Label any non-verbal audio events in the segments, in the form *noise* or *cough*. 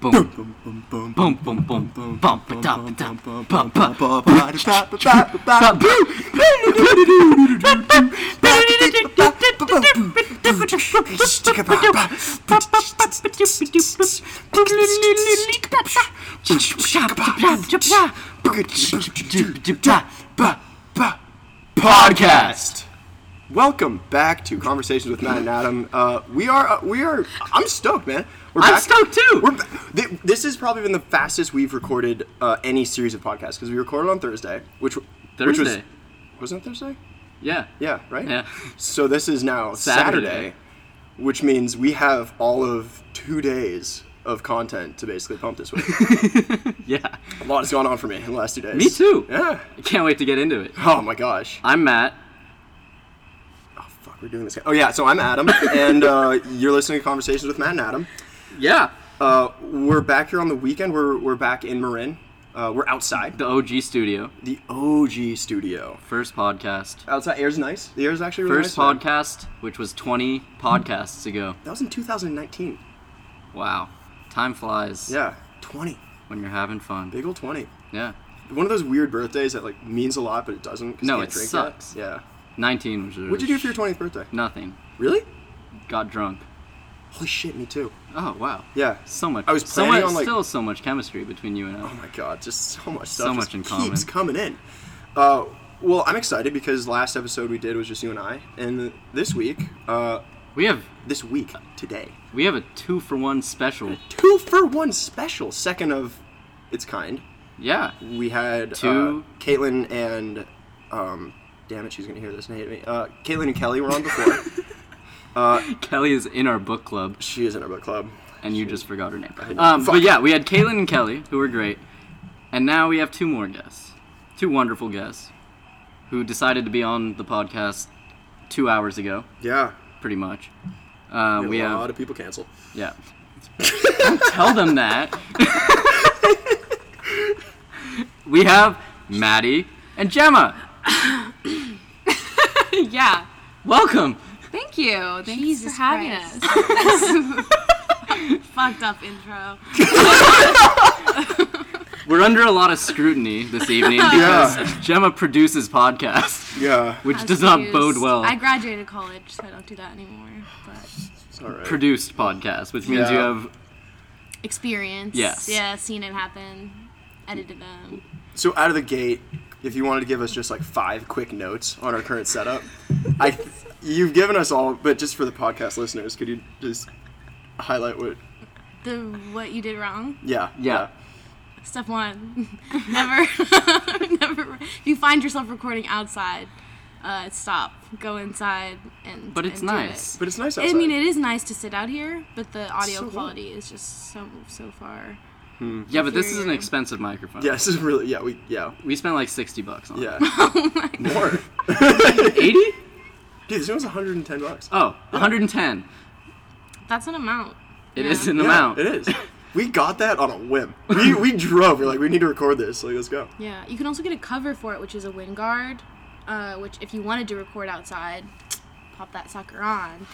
boom. Boom, boom, boom, boom, bum, boom, ba, boom, da, boom, ba, da, boom, ba, boom, ba, boom, boom, boom, ba, ba, ba, da, ba, ba, ba, ba, boo. Podcast. Welcome back to Conversations with Matt and Adam. Uh, we are, uh, we are. I'm stoked, man. We're I'm back. stoked too. We're, ba- thi- this has probably been the fastest we've recorded uh, any series of podcasts because we recorded on Thursday, which Thursday which was Thursday. wasn't it Thursday? Yeah. Yeah, right. Yeah. So this is now Saturday, Saturday. which means we have all of two days of content to basically pump *laughs* this week. Yeah. a lot has gone on for me in the last two days. Me too. Yeah. I can't wait to get into it. Oh my gosh. I'm Matt. Oh fuck, we're doing this. Oh yeah. So *laughs* I'm Adam, and uh, you're listening to Conversations with Matt and Adam. Yeah. Uh, we're back here on the weekend. We're we're back in Marin. Uh, we're outside The OG studio. the OG studio. First podcast. Outside air's nice. The air's actually really First nice. man. podcast, which was 20 podcasts ago. That was in 2019. Wow. Time flies Yeah, 20. when you're having fun. Big old 20. Yeah. One of those weird birthdays that like means a lot but it doesn't. 'cause No, you can't it drink sucks. Yet. Yeah. 19 was What'd you do for your 20th birthday? Nothing. Really? Got drunk. Holy shit, me too. Oh, wow. Yeah. So much. I was so planning much, on, like- still so much chemistry between you and Oh I. my god, just so much So stuff. much just in Keeps common. coming in. Uh, well, I'm excited because last episode we did was just you and I, and this week, uh, We have this week today, we have a two for one special. two for one special, second of its kind. Yeah. We had Two- uh, Caitlin and um, damn it, she's gonna hear this and hate me. Uh, Caitlin and Kelly were *laughs* on before. Kelly is in our book club, she is in our book club. and you just forgot her name. know. Um, Fuck. but yeah, we had Kaylin and Kelly, who were great, and now we have two more guests, two wonderful guests, who decided to be on the podcast two hours ago, Yeah, pretty much. Uh, we a have lot of people cancel. Yeah. Don't tell them that. *laughs* we have Maddie and Gemma. Yeah. Welcome. Thank you. Thanks Jesus for having Christ. us. *laughs* Fucked up intro. We're under a lot of scrutiny this *laughs* evening because *laughs* Gemma produces podcasts, Yeah, which I was does not confused. bode well. I graduated college, so I don't do that anymore. But it's all right. produced podcasts, which means you Yeah. have experience. Yes. Yeah, seen it happen. Edited them. So out of the gate, if you wanted to give us just like five quick notes on our current setup, I you've given us all, but just for the podcast listeners, could you just highlight what? The what you did wrong. Yeah, yeah. Step one. *laughs* never never if you find yourself recording outside, uh, stop. Go inside and But it's and do it. nice. But it's nice outside. I mean, it is nice to sit out here, but the audio So quality is just so so far. Yeah, but this is an Inferior. expensive microphone. yeah, this is really yeah we yeah We spent like 60 bucks on yeah *laughs* Oh my god. more. 80? Dude, this one was 110 bucks. Oh, 110. That's an amount. It Yeah. is an Yeah, amount. It is. We got that on a whim. We we drove. We're like, we need to record this. Like, let's go. Yeah, you can also get a cover for it, which is a wind guard, uh, which if you wanted to record outside, pop that sucker on,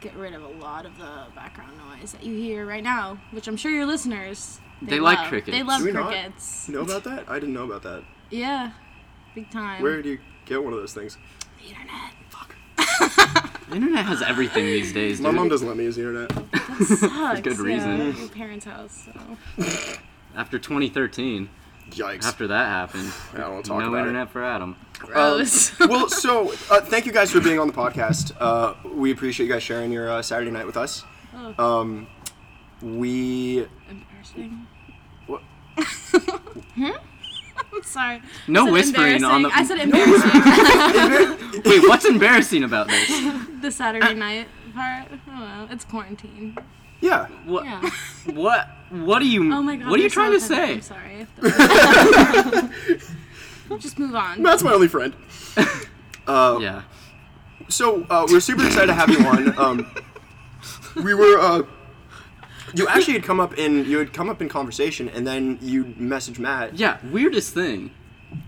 get rid of a lot of the background noise that you hear right now, which I'm sure your listeners They like love. crickets. They love Do we not crickets. know about that? I didn't know about that. Yeah, big time. Where do you get one of those things? *laughs* The internet. The internet has everything these days, My dude. mom doesn't let me use the internet. Sucks. good yeah, reason. Your parents' house. So. After 2013, Yikes. after that happened, I don't wanna *sighs* talk no about it. internet for Adam. Gross. *laughs* well, so uh, thank you guys for being on the podcast. Uh, we appreciate you guys sharing your uh, Saturday night with us. Oh, *laughs* Um, we Embarrassing. *laughs* Hmm? What? I'm sorry. No I said whispering on the- embarrassing. I *laughs* said embarrassing. Wait, what's embarrassing about *laughs* this? the Saturday night part. Oh well, it's quarantine. yeah, What? Yeah. What? What are you? Oh my god. what are you there's trying to no offense. say? I'm sorry. I have to- *laughs* Just move on. that's my only friend. Yeah. So uh, we're super excited to have you on. Um, we were. Uh, you actually had come up in you had come up in conversation, and then you messaged Matt. Yeah. Weirdest thing.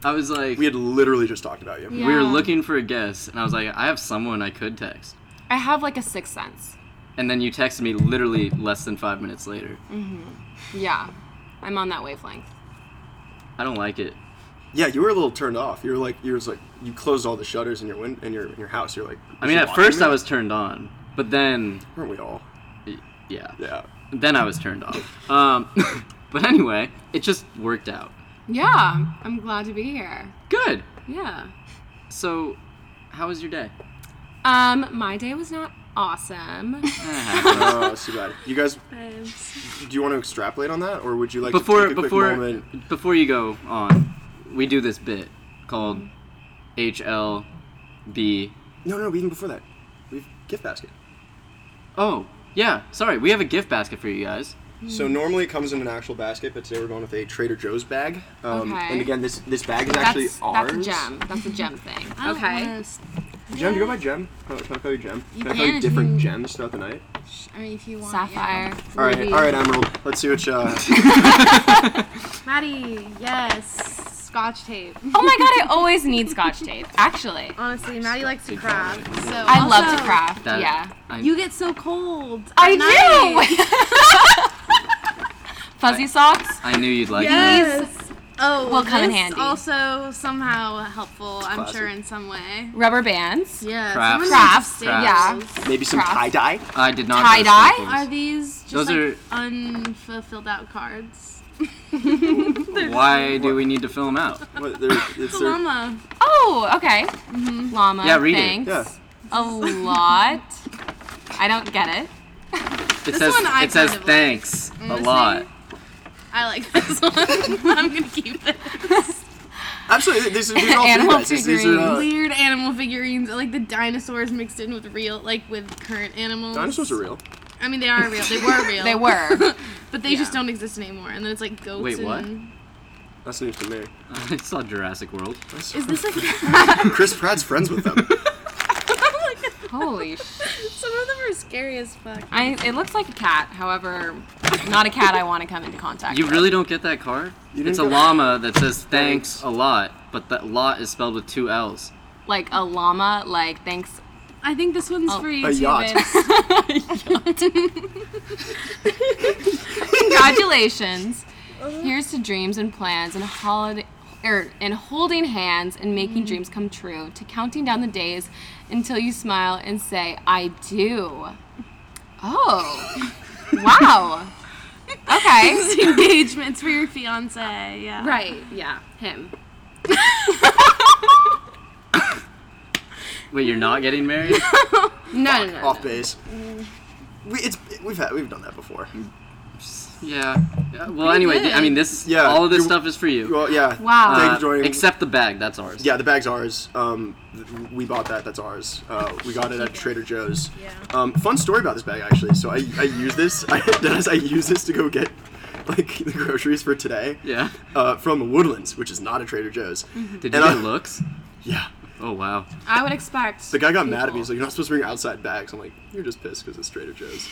I was like, We had literally just talked about you. we were Yeah. looking for a guest, and I was like, I have someone I could text. I have like a sixth sense. and then you texted me literally less than five minutes later. Yeah, I'm on that wavelength. I don't like it. Yeah, you were a little turned off. You were like, you was like, you closed all the shutters in your win- in your in your house. You're like, I mean, "Is she at watching first me?" I was turned on, but then, Weren't we all? y- yeah, Yeah. then I was turned off. Um, *laughs* but anyway, it just worked out. Yeah, I'm glad to be here. Good. Yeah. So, how was your day? Um, my day was not *laughs* awesome. Ah, Oh, that's too bad. You *laughs* guys, do you want to extrapolate on that, or would you like *laughs* to before take a quick before moment? before you go on, we do this bit called HLB. No, no, even before that, we've gift basket. Oh, yeah. Sorry, we have a gift basket for you guys. So Hmm. normally it comes in an actual basket, but today we're going with a Trader Joe's bag. Um, Okay. And again, this this bag is That's, actually that's ours. a gem. That's a gem thing. *laughs* okay. Okay. Gem, do you go by Gem? Can I- can I call you Gem? Can I call can you if different you- gems throughout the night? I mean, if you want. Sapphire. All right, ruby. all right, Emerald. Let's see what *laughs* uh, Maddie, yes. Scotch tape. Oh my god, I always need scotch tape. Actually, Honestly, Maddie likes to craft. So I love to also, craft. That- yeah. I, You get so cold. at I night. *laughs* do. *laughs* Fuzzy socks. I knew you'd like that. Yes. Oh, Will come in this handy. Also, somehow helpful. I'm classic. sure in some way. Rubber bands. Yeah. Crafts. someone needs Crafts, staples. maybe some Cross. tie dye. I did not. Tie go dye? Staples. Are these just Those like are- unfulfilled out cards? Why do we need to fill them out? What, *laughs* they're, it's their, Llama. Oh, okay. Llama. Yeah, read it. thanks. Yeah. A lot. I don't get it. It This says one I it says kind of like. Mm-hmm. thanks a Honestly, lot. *laughs* I like this one. *laughs* I'm gonna keep this. Absolutely, these are, these are *laughs* all Animal three These, these are uh, Weird animal figurines, like the dinosaurs mixed in with real, like with current animals. dinosaurs are real. I mean, they are real. They *laughs* were real. They were. but they just Yeah. don't exist anymore. And then it's like goats. Wait, what? And... That's news to me. I saw Jurassic World. Is this like *laughs* Chris Pratt's friends with them. Holy *laughs* sh! some of them are scary as fuck? I, it looks like a cat. However, not a cat I want to come into contact. You with. really don't get that card? You It's a didn't get- llama that says thanks a lot, but that lot is spelled with two L's. like a llama. Like thanks. I think this one's Oh. for you A too, yacht. Vince. *laughs* Congratulations. Uh-huh. Here's to dreams and plans and holiday. Er, and holding hands and Mm-hmm. making dreams come true, to counting down the days until you smile and say, I do. *laughs* Oh, wow. Okay. Engagements for your fiance. Yeah. Right, yeah, him. Wait, you're not getting *laughs* married? No, no, no. Off base. We, it's, we've had we've done that before. yeah. Yeah, Well, anyway, good. I mean, this. Yeah, All of this you- stuff is for you. Well, yeah. Wow. Thank you Uh, for joining. except the bag, that's ours. yeah, the bag's ours. Um, th- we bought that. That's ours. Uh, we got it at Trader Joe's. Yeah. Um, fun story about this bag actually. So I, I use this. *laughs* I, Dennis, I use this to go get like the groceries for today. Yeah. *laughs* Uh, from Woodlands, which is not a Trader Joe's. Did And you I- get looks? Yeah. Oh wow. I would expect. The guy got mad at me. He's like, "You're not supposed to bring outside bags." I'm like, "You're just pissed because it's Trader *laughs* Joe's."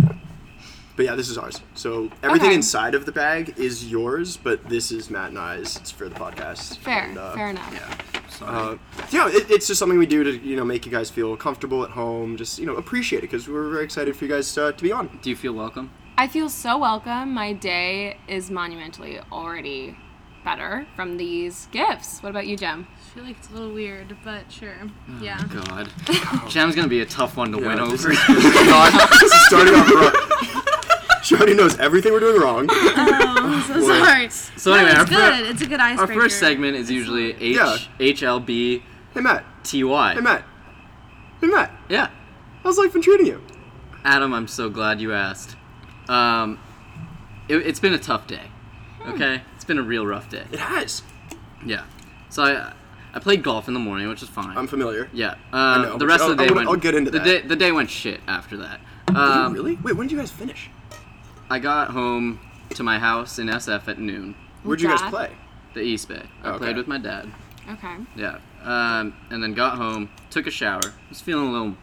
but yeah, this is ours. So everything Okay. inside of the bag is yours, but this is Matt and I's. It's for the podcast. Fair, And, uh, fair enough. Yeah. Sorry. Uh, yeah, it, it's just something we do to you know make you guys feel comfortable at home. Just you know appreciate it because we're very excited for you guys uh, to be *laughs* on. Do you feel welcome? I feel so welcome. My day is monumentally already better from these gifts. What about you, Jem? I feel like it's a little weird, but sure. Yeah. God. Jam's gonna be a tough one to win *laughs* this over. is- this is not- this is starting off wrong. *laughs* She already knows everything we're doing wrong. Oh, *laughs* I'm so Boy. sorry. So anyway, no, our it's fir- good. it's a good Our icebreaker. first segment is usually H Yeah. H L B Hey Matt. T Y. Hey Matt. Hey Matt. Yeah. How's life been treating you? Adam, I'm so glad you asked. Um, it, it's been a tough day. Okay, it's been a real rough day. It has. Yeah. So I I played golf in the morning, which is fine. I'm familiar. yeah. Um, know, the but rest I'll- of the I day wanna- went. I'll get into the that. Day, the day went shit after that. Did you Um, Oh, really? Wait, when did you guys finish? I got home to my house in SF at noon, Where'd you Dad? guys play? the East Bay. I Okay. played with my dad. Okay. Yeah. Um, and then got home, took a shower. Was feeling a little,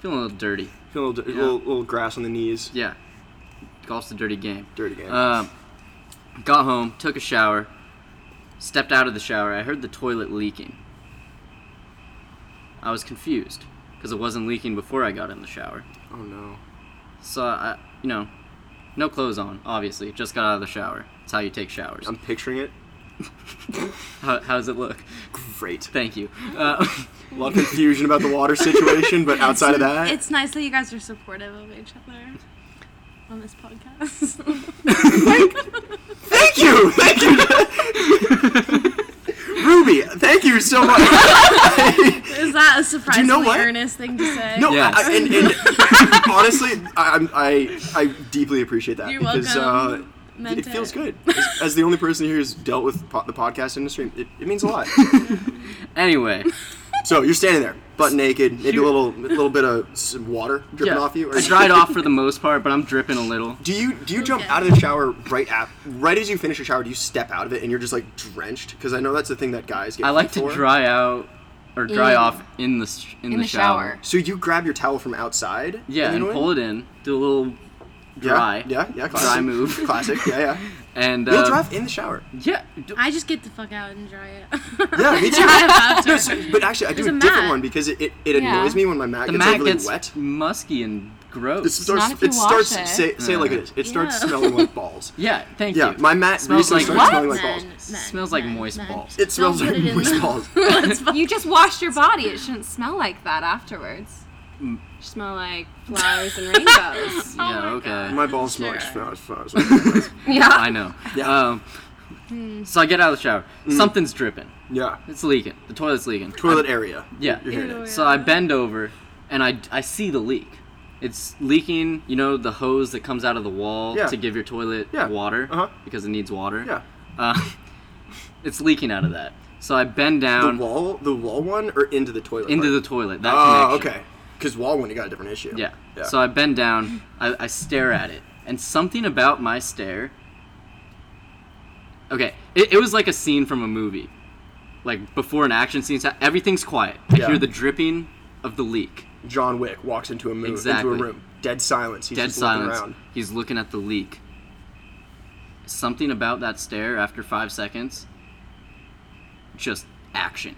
feeling a little dirty. Feel a little, di- little, little grass on the knees. Yeah. Golf's a dirty game. Dirty game. Uh, Um, got home, took a shower, stepped out of the shower. I heard the toilet leaking. I was confused. because it wasn't leaking before I got in the shower. Oh no. So I, you know, no clothes on, obviously. Just got out of the shower. It's how you take showers. I'm picturing it. How, how does it look? Great. Thank you. Uh, *laughs* A lot of confusion about the water situation, *laughs* but outside of that, It's nice that you guys are supportive of each other on this *laughs* podcast. thank you, *laughs* thank you, Ruby. Thank you so much. Is that a surprisingly what? earnest thing to say? No, Yes. I, and, and honestly, I, I'm- I I deeply appreciate that You're because welcome. uh, Meant it feels good. As, as the only person here who's dealt with po- the podcast industry, it, it means a lot. *laughs* anyway, so you're standing there, butt naked, maybe a Shoot. *laughs* little little bit of some water dripping yeah, *laughs* off you. I dried off *laughs* for the most part, but I'm dripping a little. Do you do you jump Okay. out of the shower right at right as you finish your shower? Do you step out of it and you're just like drenched? Because I know that's the thing that guys get. I like heat to for. dry out or dry In- off in the sh- in, the, the shower. shower. So you grab your towel from outside. Yeah, and you pull it in, do a little dry, Yeah, yeah, yeah classic. dry *laughs* move, Classic. *laughs* Yeah, yeah. and You'll uh, drive in *laughs* the shower. yeah, d- I just get the fuck out and dry it. *laughs* Yeah, me too. I No, have to. so- but actually, I do There's a a different mat. one because it, it, it Yeah. annoys me when my mat the gets mat overly gets wet. musky and gross. It starts. if you it starts. wash it. Say, say it like it is. It starts Yeah. smelling like balls. *laughs* yeah, thank Yeah, you. my mat Smells recently like started what? smelling like Men, balls. men, Smells like men, moist *laughs* men. balls. It smells Don't like put it in moist the- *laughs* balls. You just washed your body. It shouldn't smell like that afterwards. Mm. It should smell like flowers *laughs* and rainbows. yeah, okay. My balls smell like Sure. smell- smell- smell- yeah. I know. *laughs* Yeah. Mm. Um, so I get out of the shower. Something's dripping. Yeah, *laughs* It's leaking. The toilet's leaking. toilet area. Yeah. You're hearing it. So I bend over, and I, I see the leak. It's leaking. You know the hose that comes out of the wall Yeah. to give your toilet Yeah. water Uh-huh. because it needs water. Yeah. Uh, *laughs* it's leaking out of that. So I bend The down wall, the wall one, or into the toilet. Um, into the part? toilet. That Oh, connection. okay. Because wall one, you got a different issue. Yeah. Yeah. So I bend down, I, I stare at it, and something about my stare. Okay, it, it was like a scene from a movie. Like before an action scene, so everything's quiet. I Yeah. hear the dripping of the leak. John Wick walks into a room. Exactly. Into a room. Dead silence. He's Dead just looking silence. Around. He's looking at the leak. Something about that stare after five seconds. Just action.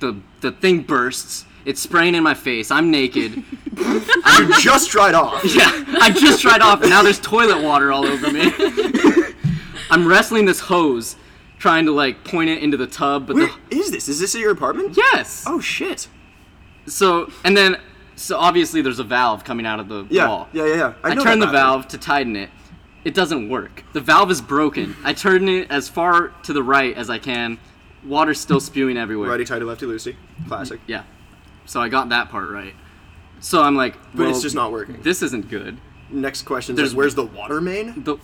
The the thing bursts. It's spraying in my face. I'm naked. You *laughs* just dried off. Yeah, I just tried off, and now there's toilet water all over me. *laughs* I'm wrestling this hose, trying to like point it into the tub, but Where the is this? Is this at your apartment? yes. Oh shit. So and then so obviously there's a valve coming out of the Yeah. wall. Yeah, yeah, yeah. I, know turn the that bathroom. valve to tighten it. It doesn't work. The valve is broken. I turn it as far to the right as I can. Water's still spewing everywhere. Righty tighty, lefty loosey. Classic. Yeah. So I got that part right. So I'm like, But well, it's just not working. This isn't good. Next question There's- is where's the water main? The,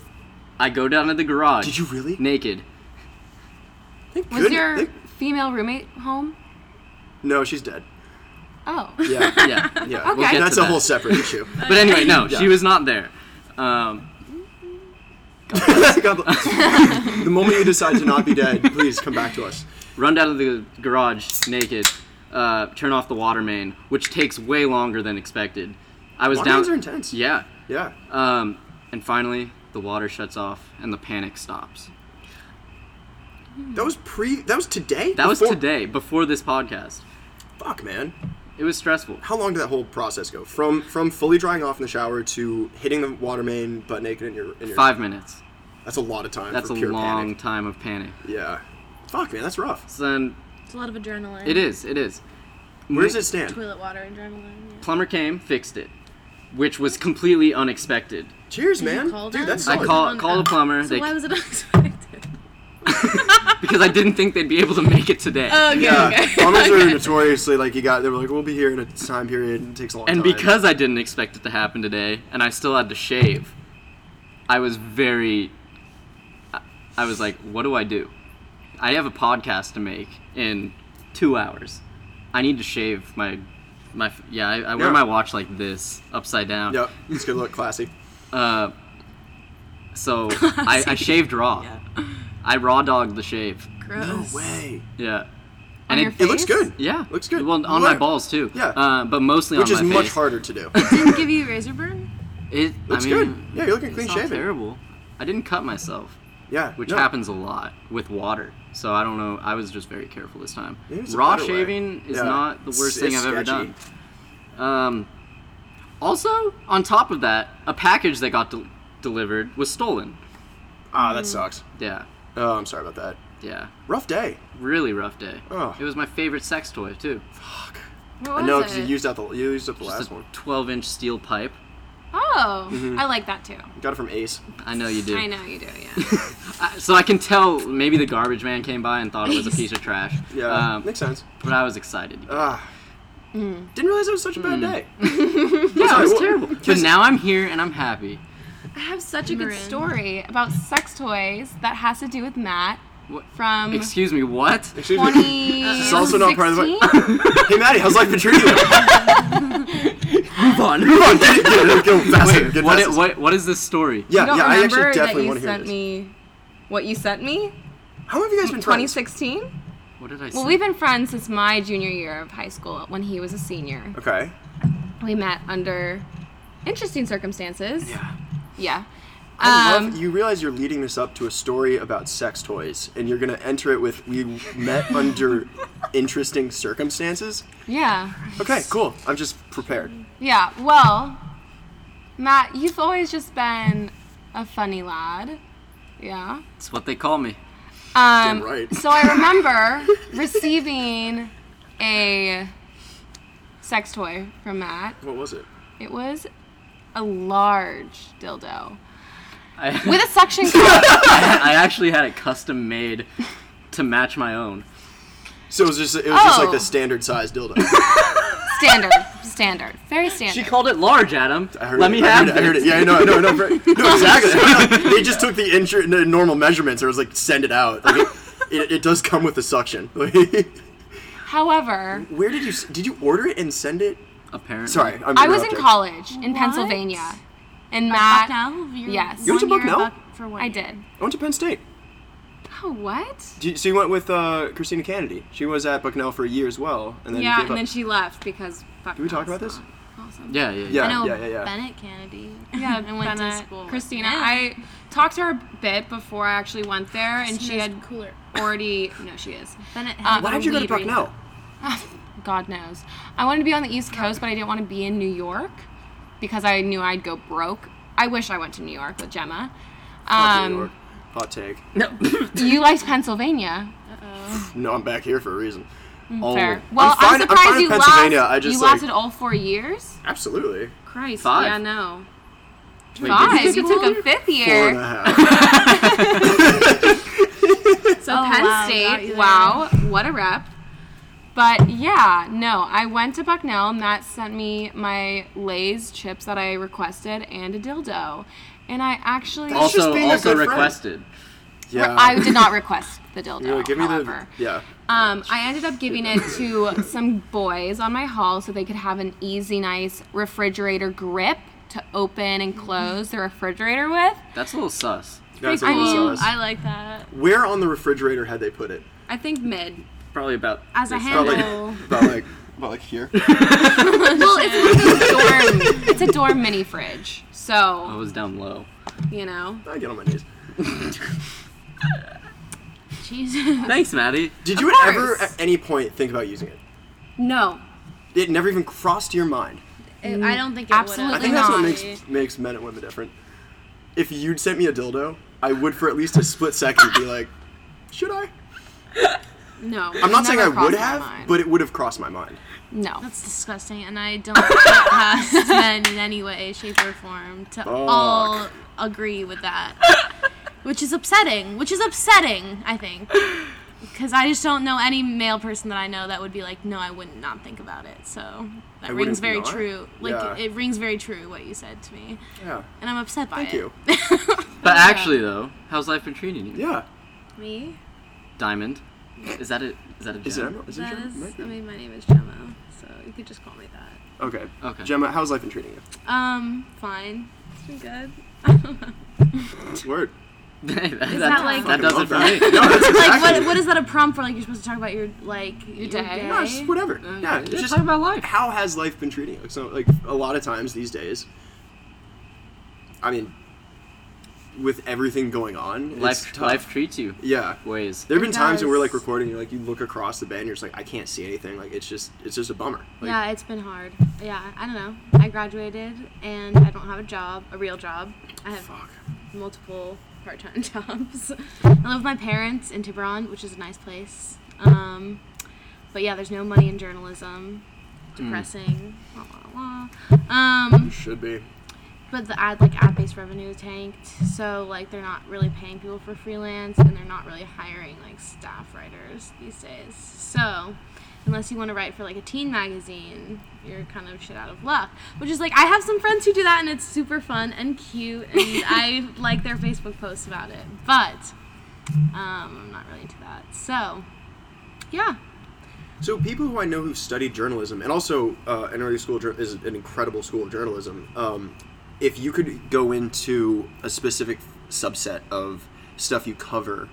I go down to the garage. Did you really? naked? Thank Was goodness- your thank- female roommate home? No, she's dead. Oh. *laughs* Yeah. Yeah. Yeah. Okay. get That's to a that. whole *laughs* separate issue. *laughs* But anyway, no, Yeah. she was not there. Um, God bless. the moment you decide to not be dead, please come back to us. run down to the garage naked, uh, turn off the water main, which takes way longer than expected. I was Water down. mains are intense. Yeah. Yeah. Um, and finally, the water shuts off and the panic stops. That was pre that was today? That was Before- today, before this podcast. Fuck man. It was stressful. How long did that whole process go? From from fully drying off in the shower to hitting the water main butt naked in your in your Five minutes. That's a lot of time. That's a for pure long panic. time of panic. Yeah. Fuck man, that's rough. So then, It's a lot of adrenaline. it is. It is. Where does it stand? Toilet water and adrenaline. Plumber came, fixed it, which was completely unexpected. Cheers, man. call Dude, them? that's I solid. call call the plumber. Yeah. So they- *laughs* why was it unexpected? because I didn't think they'd be able to make it today. Okay, Yeah, *laughs* okay. plumbers are notoriously like you got. They were like, we'll be here in a time period. And it takes a long and time. because I didn't expect it to happen today, and I still had to shave, I was very. I- I was like, what do I do? I have a podcast to make in two hours. I need to shave my. My, yeah, I, I wear Yeah. my watch like this, upside down. yep, it's good *laughs* look, classy. Uh, *laughs* so I, I shaved raw. I raw dogged the shave. No Gross. way. Yeah. On And your it, It looks Face? good. yeah, looks good. Well, on my Look. balls too. Yeah. uh, but mostly which on is my much face. harder *laughs* to do. Didn't give you razor burn? It Looks I mean, good. Yeah, you're looking it's clean not shaven. Terrible. I didn't cut myself, Yeah, which no. happens a lot with water. So I don't know. I was just very careful this time. Maybe it's a Raw better way. shaving is Yeah. not the worst It's- thing I've it's ever sketchy. done. Um, also, on top of that, a package that got del- delivered was stolen. Ah, that sucks. Yeah, Oh, I'm sorry about that. yeah. Rough day. Really rough day. Oh. It was my favorite sex toy too. Fuck. What I was know it? because you used up the you used up the Just last a one. 12-inch steel pipe. oh, Mm-hmm. I like that too. Got it from Ace. I know you do. I know you do. *laughs* Yeah. I- so I can tell maybe the garbage man came by and thought it was a piece of trash. *laughs* Yeah, Um, makes sense. but I was excited. Yeah, Ah. Hmm. Didn't realize it was such a Hmm. bad day. *laughs* it was well, *laughs* terrible. But just- now I'm here and I'm happy. I have such a good Marin. story about sex toys that has to do with Matt What? from Excuse me, what? Excuse me. 20. It's also not part of the. 16? *laughs* hey, Maddie, how's life been *laughs* treating you? Come Move on. Move on. on, *laughs* get it, get it, go faster, Wait, get what, faster. i- what, what is this story? yeah, You don't yeah, I remember actually that definitely you want to hear sent this. me what you sent me? How long have you guys been friends? 2016? What did I say? Well, we've been friends since my junior year of high school when he was a senior. Okay. We met under interesting circumstances. Yeah. Yeah. I Um, love, you realize you're leading this up to a story about sex toys, and you're gonna enter it with "We met *laughs* under interesting circumstances." yeah. Okay, cool. I'm just prepared. Yeah. Well, Matt, you've always just been a funny lad. Yeah. It's what they call me. Um, right. So I remember *laughs* receiving a sex toy from Matt. What was it? It was a large dildo I, with a suction *laughs* cup. *laughs* I actually had it custom made to match my own. So it was just it was just like Oh. the standard size dildo. standard. Standard. Very standard. She called it large, Adam. I heard Let it. me I have heard it. I heard this. it. Yeah, no, no, no, *laughs* no exactly. they just took the, intru- the normal measurements and was like, send it out. Like, it, it, it does come with the suction. *laughs* Where However, did you s- did you order it and send it? Apparently. Sorry, I'm I was in interrupting. college in What? Pennsylvania, and Matt. Bucknell? You're Yes. You went to one year Bucknell? at Buck- for one I year. did. I went to Penn State. Oh, what? Do you- so you went with uh, Christina Kennedy. She was at Bucknell for a year as well, and then Yeah, gave and up. then she left because. Did we talk about this? Awesome. Yeah, yeah, yeah. yeah, I know yeah, yeah, yeah. Bennett Kennedy. Yeah, and went Bennett, to school. Christina, Yeah. I talked to her a bit before I actually went there, and she had cooler. already. No, she *laughs* is. Bennett. Uh, had Why a did you go to weed ring. Bucknell? Ah. God knows. I wanted to be on the East Coast, but I didn't want to be in New York because I knew I'd go broke. I wish I went to New York with Gemma. Fuck Um, New York. Hot take. You liked *laughs* Pennsylvania. No, I'm back here for a reason. Oh, Mm, Fair. Well, fine- I'm, I'm surprised fine with you Pennsylvania, lasted. I just, you like- lasted all four years. Absolutely. Christ. Five. Yeah, no. wait, Five. did you- You took a fifth Four and a year. *laughs* half. So Oh, Penn wow, got you State. there. Wow, what a rep. But yeah, no, I went to Bucknell. and Matt sent me my Lay's chips that I requested and a dildo, and I actually That's just also, being a also good friend. requested. yeah. I did not request the dildo. Really, give me however. the yeah. Um, I ended up giving it to some boys on my hall so they could have an easy, nice refrigerator grip to open and close the refrigerator with. That's a little sus. That's a I little mean, sauce. I like that. Where on the refrigerator had they put it? I think mid. Probably about As a this hand- About like, Handle. *laughs* about like, about like here. Well, *laughs* it's like a Oh. dorm. It's a dorm mini *laughs* fridge. I So was down low. you know. I get on my knees. Jesus. Thanks, Maddie. Did you course. ever at any point think about using it? No. It never even crossed your mind. It- *laughs* I don't think it Absolutely I would've. think that's not. what makes makes men and women different. If you'd sent me a dildo, I would for at least a split second be like, should I? No. I'm not saying I Never crossed would my have, mind. but it would have crossed my mind. no. That's disgusting, and I don't *laughs* pass men in any way, shape, or form to all agree with that. Which is upsetting. Which is upsetting, I think. Because I just don't know any male person that I know that would be like, no, I would not think about it. So that I rings wouldn't very not? true. Like, Yeah. it rings very true what you said to me. Yeah. And I'm upset by Thank it. you. *laughs* But actually, though, how's life been treating you? Yeah. Me? Diamond. Is that it? Is that a Is it? gem? Emma? Is it That Gemma? is, Might I be. mean, my name is Gemma, so you could just call me that. Okay. Okay. Gemma, how's life been treating *laughs* you? Um, fine. It's been good. *laughs* Word. Hey, *laughs* that, that, that like- that does it for me. Fucking love that. *laughs* No, that's like exactly. what, what is that a prompt for? Like you're supposed to talk about your like your, day. No, it's just whatever. Uh, yeah. yeah, It's just just talk about life. how has life been treating you? So like a lot of times these days, I mean, with everything going on, it's Life, tough. life treats you yeah. ways. There have been It times when we're does. like recording, and, like you look across the bed and you're just like, I can't see anything. Like it's just, it's just a bummer. Like, yeah, it's been hard. Yeah, I don't know. I graduated and I don't have a job, a real job. I have Fuck. multiple part-time *laughs* jobs. I live with my parents in Tiburon, which is a nice place. Um, but yeah, there's no money in journalism. Hmm. Depressing. Blah, blah, blah. Um, Should be. but the ad like ad-based revenue tanked, so like they're not really paying people for freelance, and they're not really hiring like staff writers these days. So unless you want to write for like a teen magazine, you're kind of shit out of luck. Which is like I have some friends who do that, and it's super fun and cute, and I like their Facebook posts about it. But um, I'm not really into that. So yeah, So people who I know who've studied journalism, and also uh, NYU School of Jour- is an incredible school of journalism. Um, if you could go into a specific subset of stuff you cover,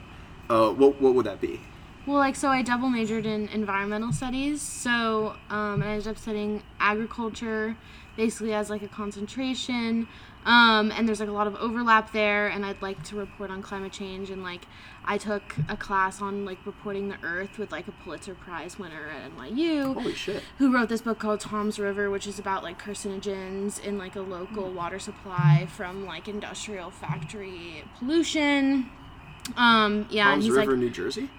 uh, what what would that be? Well, like, so I double majored in environmental studies. So, um, and I ended up studying agriculture basically as like a concentration. Um, and there's like a lot of overlap there. And I'd like to report on climate change. And like, I took a class on like reporting the earth with like a Pulitzer Prize winner at NYU Holy shit! who wrote this book called Tom's River, which is about like carcinogens in like a local water supply from like industrial factory pollution. Um, yeah, and Palms he's River, like, New Jersey.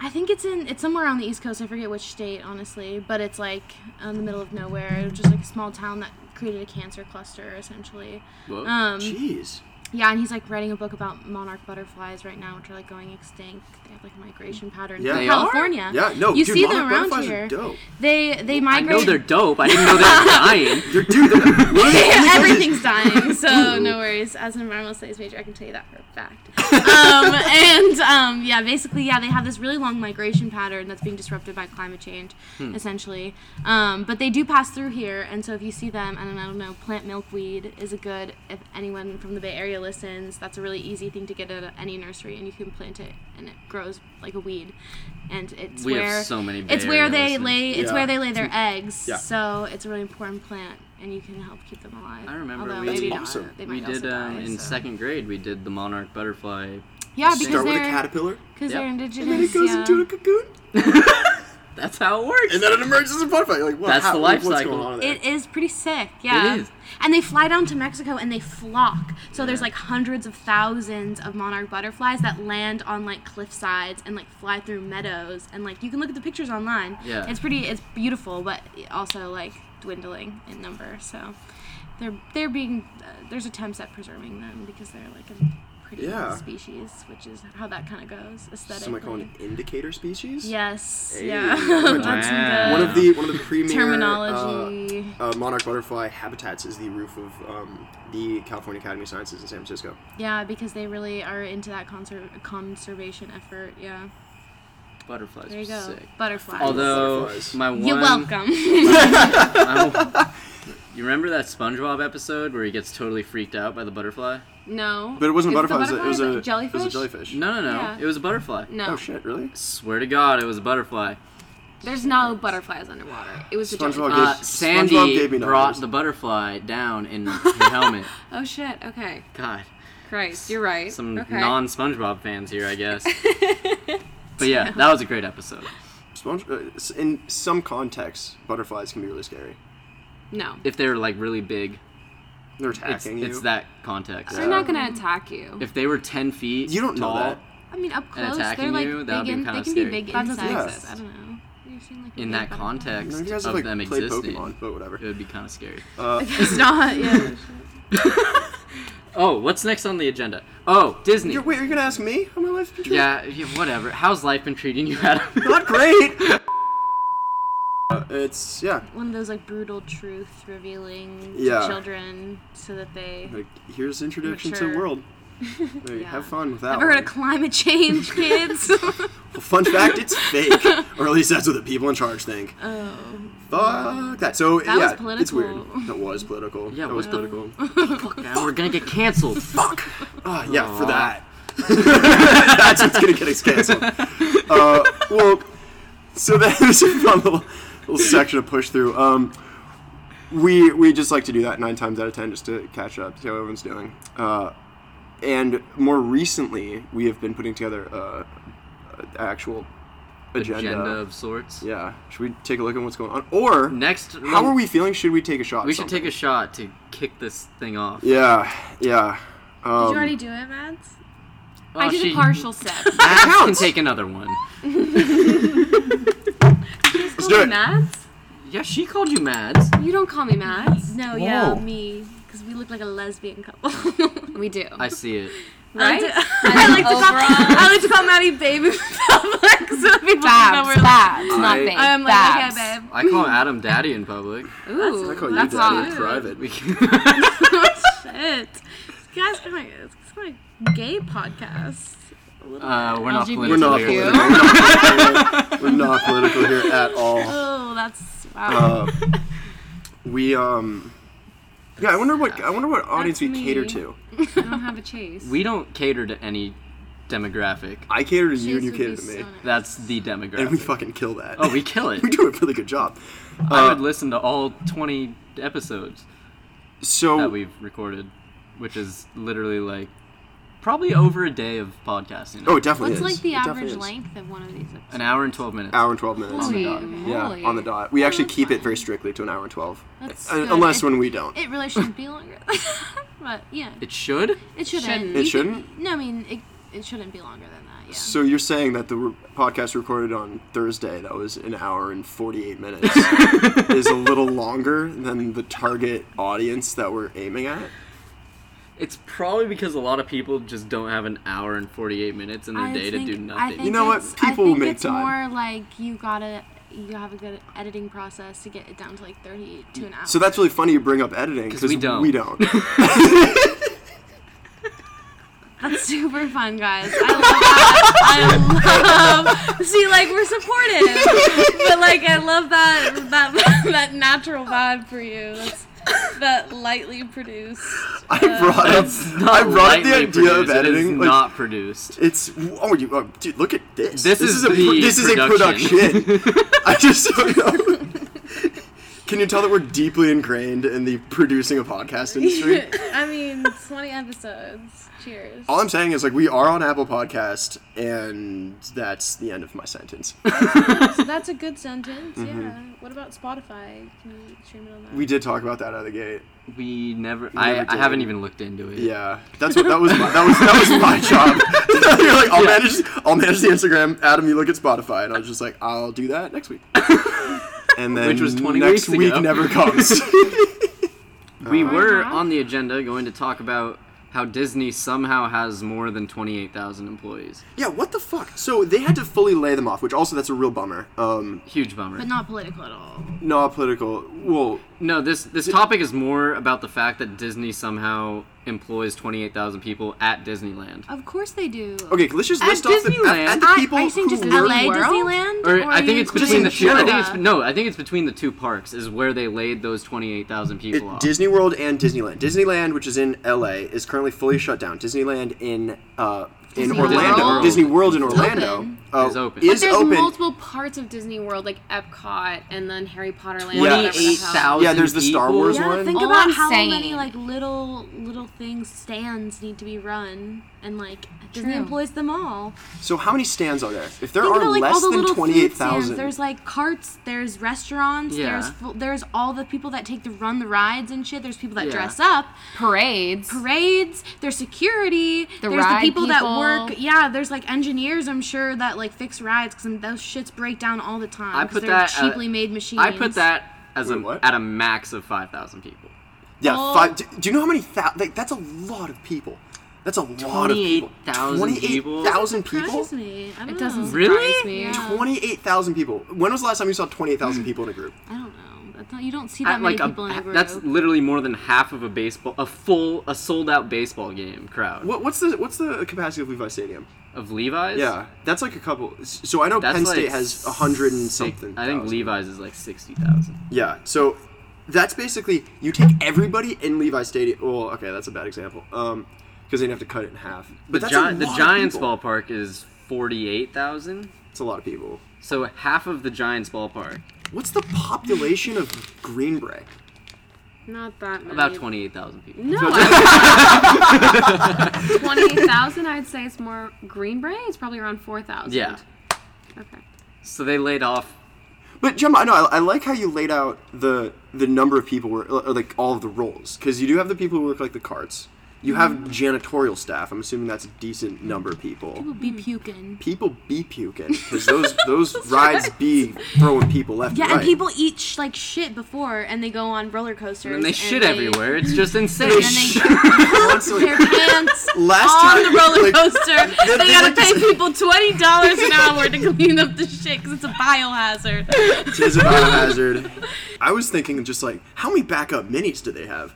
I think it's in it's somewhere on the East Coast. I forget which state, honestly, but it's like in the middle of nowhere. It was just like a small town that created a cancer cluster, essentially. Whoa. Um, Jeez. yeah, and he's like writing a book about monarch butterflies right now, which are like going extinct. They have like a migration pattern Yeah. from They are? California. Yeah, no, you dude, see monarch them around butterflies are here. dope. They they I migrate. know they're dope. I didn't *laughs* know they're dying. They're, dude, they're, one of the only places- *laughs* Everything's dying, so no worries. As an environmental studies major, I can tell you that for a fact. Um, and um, yeah, basically, yeah, they have this really long migration pattern that's being disrupted by climate change, Hmm. essentially. Um, but they do pass through here, and so if you see them, and I don't know, plant milkweed is a good. If anyone from the Bay Area listens, that's a really easy thing to get at any nursery, and you can plant it, and it grows like a weed. And it's We have where so many Bay it's where Area they listeners. lay it's Yeah. where they lay their eggs. Yeah. So it's a really important plant, and you can help keep them alive. I remember Although we- maybe not. Awesome. They We might also did um, die, in so. second grade. We did the monarch butterfly. Yeah, because Start with a they're caterpillar, because Yep. they're And indigenous. and then it goes yeah. into a cocoon, That's how it works. and then it emerges as a butterfly. You're Like, what? That's how- the life what's cycle. Going on there? It is pretty sick, yeah. is. And they fly down to Mexico and they flock. So there's like hundreds of thousands of monarch butterflies that land on like cliff sides and like fly through meadows and like you can look at the pictures online. Yeah. It's pretty it's beautiful but also like dwindling in number. So they're they're being uh, there's attempts at preserving them because they're like a pretty Yeah. species, which is how that kind of goes aesthetically. Somebody call it an indicator species. Yes. Hey, yeah. *laughs* wow. That's Wow. One of the one of the premier uh, terminology. uh, monarch butterfly habitats is the roof of um, the California Academy of Sciences in San Francisco. Yeah, because they really are into that conser- conservation effort. Yeah, Butterflies there are you go. sick. Butterflies. Although Butterflies. my one, *laughs* you're welcome. my- you remember that SpongeBob episode where he gets totally freaked out by the butterfly? No. But it wasn't Is a butterfly. It was a, it was a jellyfish. It was a jellyfish. No, no, no. Yeah. It was a butterfly. No. Oh shit! Really? Swear to God, it was a butterfly. There's no butterflies underwater. It was a SpongeBob gave- jellyfish. Uh, SpongeBob Sandy gave me brought nightmares. the butterfly down *laughs* in her helmet. Oh shit. Okay. God, Christ, you're right. some okay. non-SpongeBob fans here, I *laughs* guess. but yeah, that was a great episode. Sponge. Uh, s- in some contexts, butterflies can be really scary. no. If they were like really big, They're it's, attacking you. it's that context. They're not gonna attack you. If they were ten feet, You don't know tall, that. I mean, up And close, they're attacking like you, that would big. be In, they kinda can scary. be big That doesn't insects. exist. I don't know. You've seen, like, a in big that butterfly. context No, you of guys have like them played existing, Pokemon, but whatever. it would be kind of scary. It's *laughs* *laughs* not. Yeah. Oh, what's next on the agenda? Oh, Disney. You're, wait, you're gonna ask me how my life's been treated? yeah, yeah, whatever. How's life been treating you, *laughs* Adam? Not great. Uh, it's yeah. One of those like brutal truth revealing Yeah. to children so that they. Like here's introduction to the Mature. world. Like, Have fun with that. Ever heard of one. *laughs* climate change, kids? Um, *laughs* Fun fact, it's fake. or at least that's what the people in charge think. oh, Fuck that. So That was yeah, it's political. weird. That was political. Yeah, that was wow. political. now we're gonna get *laughs* canceled. Fuck. Ah, *laughs* yeah, for Aw. that. *laughs* That's what's gonna get us canceled. Uh, well, so *laughs* that was a fun little, little section to push through. Um, we we just like to do that nine times out of ten just to catch up, see how everyone's doing. Uh, and more recently, we have been putting together uh, an actual agenda. agenda of sorts. Yeah. Should we take a look at what's going on? Or Next, how are we feeling? Should we take a shot? We should take a shot to kick this thing off. Yeah. Yeah. Um, Did you already do it, Mads? I Oh, did she- a *laughs* partial sip. Max can counts. take another one. Let's do it. Mads? Yeah, she called you Mads. You don't call me Mads. No, yeah, yeah, Whoa. me. Because we look like a lesbian couple. *laughs* We do. I see it. right? uh, *laughs* I, like to call, I like to call Maddie babe *laughs* in public so people know Babs, we're Babs, not I- babe. I'm like, Babs. okay, babe. I *laughs* call Adam Daddy in public. Ooh, I call you that's daddy in hot. *laughs* private. We We- can- *laughs* Oh, Shit. This guy's kind of, it's kind of gay podcast. A little uh, we're not LGBT. political. We're not here. political. We're not political. We're not political here at all. *laughs* Oh, that's wow. Uh, we um. Yeah, I wonder what I wonder what audience we That's cater me. to. I don't have a chase. We don't cater to any demographic. I cater to you, and you This would cater be to so me, nice. That's the demographic. and we fucking kill that. oh, we kill it. *laughs* we do a really good job. I Uh, would listen to all 20 episodes that So we've recorded, which is literally like probably over a day of podcasting. Mm-hmm. oh, it definitely What's is. like the It definitely average is. length Oh, of one of these episodes? An hour and 12 minutes. Hour and twelve minutes. Holy dot. moly. Yeah, on the dot. We actually keep it very strictly to an hour and twelve, Oh That's Uh, good. unless It- when we don't. It really shouldn't be longer. *laughs* but yeah, It should? it shouldn't. shouldn't. It shouldn't. No, I mean it. It shouldn't be longer than that. Yeah. So you're saying that the re- podcast recorded on Thursday that was an hour and 48 *laughs* minutes is a little longer than the target audience that we're aiming at? It's probably because a lot of people just don't have an hour and 48 minutes in their day to do nothing. I think You know what? it's- People I think make it's time. more like you gotta you have a good editing process to get it down to like thirty to an hour. So that's really funny you bring up editing 'Cause because we don't. We don't. *laughs* that's super fun, guys. I love that. I love. See, like we're supportive, but like I love that *laughs* that that natural vibe for you. That's, that lightly produced. I brought up, It's I brought up the lightly idea produced. of editing. It is like, not produced. It's oh, you, oh, dude, look at this. This is a the pro- this is a production. production. *laughs* I just don't know. Can you tell that we're deeply ingrained in the producing a podcast industry? *laughs* I mean, 20 episodes. Cheers. All I'm saying is like we are on Apple Podcast, and that's the end of my sentence. So that's a good sentence. Yeah. What about Spotify? Can you stream it on that? Mm-hmm. we did talk about that out of the gate. We never. I, never I haven't did. even looked into it. Yeah, that's what that was. My, that was that *laughs* was my job. *laughs* You're like, I'll manage. I'll manage the Instagram. Adam, you look at Spotify, and I was just like, I'll do that next *laughs* week. And then Which was 20 next weeks week ago. *laughs* never comes. We were not? on the agenda going to talk about how Disney somehow has more than 28,000 employees. Yeah, what the fuck? So they had to fully lay them off, which also that's a real bummer. Um, Huge bummer. But not political at all. not political. Well, No, this this topic is more about the fact that Disney somehow employs 28,000 people at Disneyland. Of course they do. okay, let's just At list off the, at- Disneyland? at the I- people are you saying who just were- LA Disneyland? Or, I think it's between the just two. in I think it's, general. no, I think it's between the two parks is where they laid those 28,000 people It- off. Disney World and Disneyland. Disneyland, which is in LA, is currently fully shut down. Disneyland in uh, in Disney Orlando, World. Disney World in Orlando open. uh, Is open. is There's open. multiple parts of Disney World, like Epcot and then Harry Potter Land. Yeah. whatever the hell. 28,000 Yeah, there's the Star people? Wars Yeah, one. think All about I'm how many saying- like little little things stands need to be run, and like Disney True. employs them all. so how many stands are there? If there Think are about like all less the than little twenty eight food stands. thousand, There's like carts. There's restaurants. Yeah. There's fu- there's all the people that take the run the rides and shit. There's people that Yeah. dress up. Parades. Parades. There's security. there's the ride people, people. that work. Yeah. There's like engineers. I'm sure that like fix rides because those shits break down all the time. I 'cause put they're that at- cheaply made machines. I put that as Wait, a, what? at a max of 5,000 people. yeah, Oh. five. Do, do you know how many? Thou- like, that's a lot of people. That's a lot of people. 28,000 people? 28,000 people. Surprised me. I don't It doesn't know. Really? surprise me. Yeah. 28,000 people. When was the last time you saw Mm. 28,000 people in a group? I don't know. That's not, you don't see that At many like um, a, people in a group. that's literally more than half of a baseball, a full, a sold out baseball game crowd What, what's the what's the capacity of Levi Stadium? of Levi's. Yeah, that's like a couple. So I know That's Penn like State has a hundred and six- something. I think thousand. Levi's is like sixty thousand. Yeah, so that's basically you take everybody in Levi Stadium. Well, okay, that's a bad example. Um, because they'd have to cut it in half. The, But that's Gi- a the lot of Giants people. ballpark is forty-eight thousand. It's a lot of people. So half of the Giants ballpark. What's the population of Green Bay? Not that many. About twenty-eight thousand people. No, *laughs* I- twenty thousand. I'd say it's more Green Beret. It's probably around four thousand. Yeah. Okay. So they laid off. But Gemma, I know I, I like how you laid out the the number of people were or, like all of the roles because you do have the people who work like the carts. You have Mm-hmm. janitorial staff. I'm assuming that's a decent number of people. People be puking. People be puking *laughs* because those those rides be throwing people left Yeah, and right. and people eat sh- like shit before, and they go on roller coasters. And they shit everywhere. It's just insane. *laughs* Constantly- *laughs* Their pants Last on time, the roller like, coaster. *laughs* they- they they gotta like to pay say- people twenty dollars an hour to clean up the shit because it's a *laughs* biohazard. It is a *laughs* biohazard. I was thinking just like how many backup minis do they have?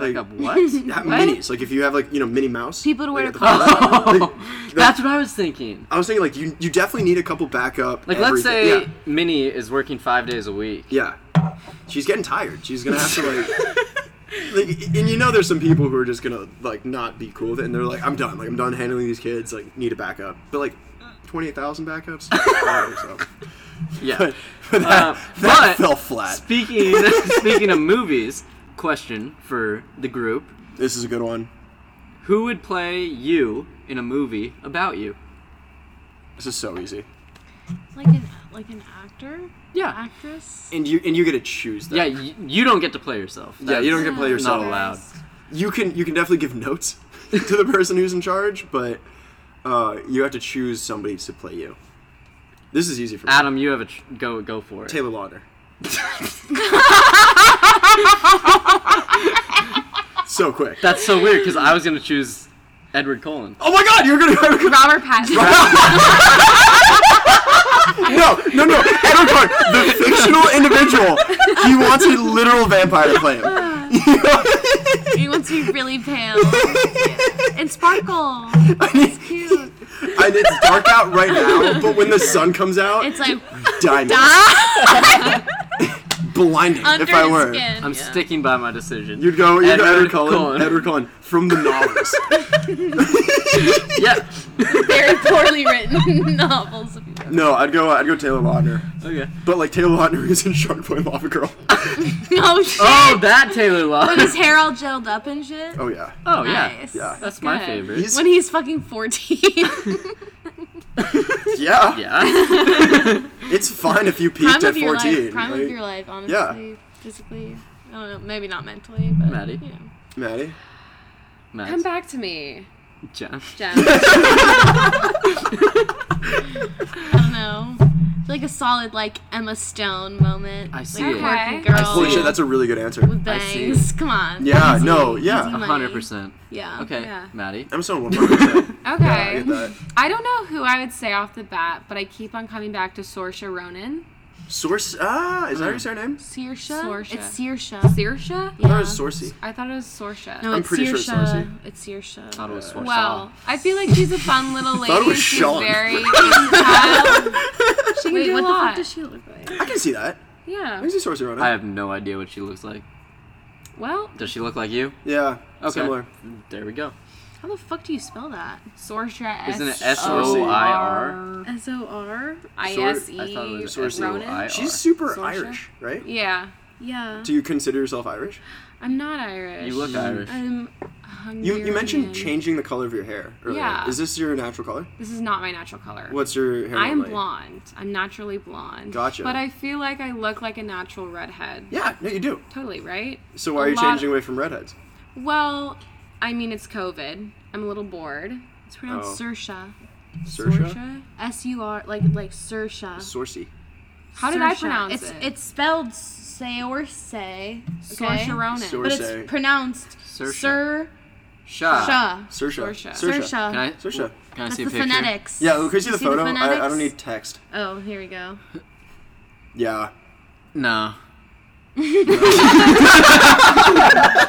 Like Like, *laughs* what? Not What? minis. Like if you have like you know Minnie Mouse. People to wear like, to at the- Oh, that's what I was thinking. I was thinking like you you definitely need a couple backup. Like, let's everything- say Minnie is working five days a *laughs* week. yeah, yeah. She's getting tired. She's gonna have to *laughs* like. Like, and you know, there's some people who are just gonna like not be cool with it, and they're like, "I'm done. Like, I'm done handling these kids. Like, need a backup." But like, twenty-eight thousand *laughs* backups. I don't think so. Yeah. But that, Uh, that but- fell flat. Speaking *laughs* speaking of movies, question for the group: This is a good one. Who would play you in a movie about you? This is so easy. like an like an actor, Yeah. actress. And you and you get to choose. That. Yeah. You, you don't get to play yourself. yeah. You don't get That's to play yourself. Not allowed. you can you can definitely give notes *laughs* to the person who's in charge, but uh, you have to choose somebody to play you. This is easy for me. Adam, you have a tr- go. Go for it. Taylor Lautner. so quick. That's so weird because I was gonna choose Edward Cullen. oh my God! You're gonna Robert *laughs* Pattinson. no no no Edward Clark, the fictional individual. He wants a literal vampire to play him. He wants to be *laughs* really pale and sparkle. I need- Cute. and it's dark out right now, but when the sun comes out, It's like diamond, blinding. *laughs* under if I his were. skin. I'm sticking by my decision. You'd go, you'd go Edward Edward Cullen, Cullen. Edward Cullen from the novels. *laughs* yeah. Very poorly written *laughs* novels. If you will. no, I'd go, I'd go Taylor Lautner, Okay. but like Taylor Lautner is in Shark Boy Lava Girl. Oh shit. Oh, that Taylor Lautner. His hair all gelled up and shit. Oh yeah, Oh yeah. Nice. yeah, That's my Good. favorite. he's When he's fucking 14. yeah, yeah. It's fine if you prime peaked at of your fourteen. life. Prime like, of your life, honestly. Physically. I don't know. Maybe not mentally, but. Maddie. You know. Maddie, Come Max. back to me, John. Jen. I don't know. I feel Like a solid, like, Emma Stone moment. I see like, it. working Okay. I girl. holy shit, that's a really good answer. with I see bangs. Come on. Yeah, Easy- no, easy yeah. money. Hundred percent. Yeah. Okay, Yeah. Maddie. I'm still one hundred percent. Okay. Yeah, I get that. I don't know who I would say off the bat, but I keep on coming back to Sorsha Ronan. Source, ah, is that your surname? Searsha? Saoirse. It's Searsha. Saoirse? I thought it was Sourcey. I thought it was Sorsha. No, I'm it's pretty sure it's Saoirse. Saoirse. It's Saoirse. Thought it was Swartz. Well, I feel like she's a *laughs* fun little lady. Thought it was and she's Sean. very versatile. She can Wait, do what a the fuck lot. does she look like? I can see that. I Yeah. can see Sourcey right I now. have no idea what she looks like. well, Does she look like you? Yeah, Okay. similar. There we go. How the fuck do you spell that? Sorsha Isn't it S O I S-O-R. R? S O R I Sor- S E I thought it was Sourcey. Ronan. I- She's super Saoirse? Irish, right? Yeah. Yeah. Do you consider yourself Irish? I'm not Irish. You look Irish. I'm You, you mentioned Hungarian. changing the color of your hair earlier. Yeah. Is this your natural color? This is not my natural color. What's your hair? I am like? blonde. I'm naturally blonde. Gotcha. But I feel like I look like a natural redhead. Yeah, no, you do. Totally, right? So why are A you lot- changing away from redheads? Well, I mean, it's COVID. I'm a little bored. It's pronounced Oh. Sersha. Sersha? S U R, like, like Sersha. Sourcey. How did I Saoirse. pronounce it's, it? It's spelled Saorse. Okay? Saoirse Ronan. Saoirse. But it's pronounced Saoirse. Sir Sha. Saoirse. Saoirse. Saoirse. Can I? Saoirse. Can I That's see the a picture? phonetics. Yeah, can we see You the photo? I, I phonetics? don't need text. Oh, here we go. Yeah. No. Okay, Matt. *laughs*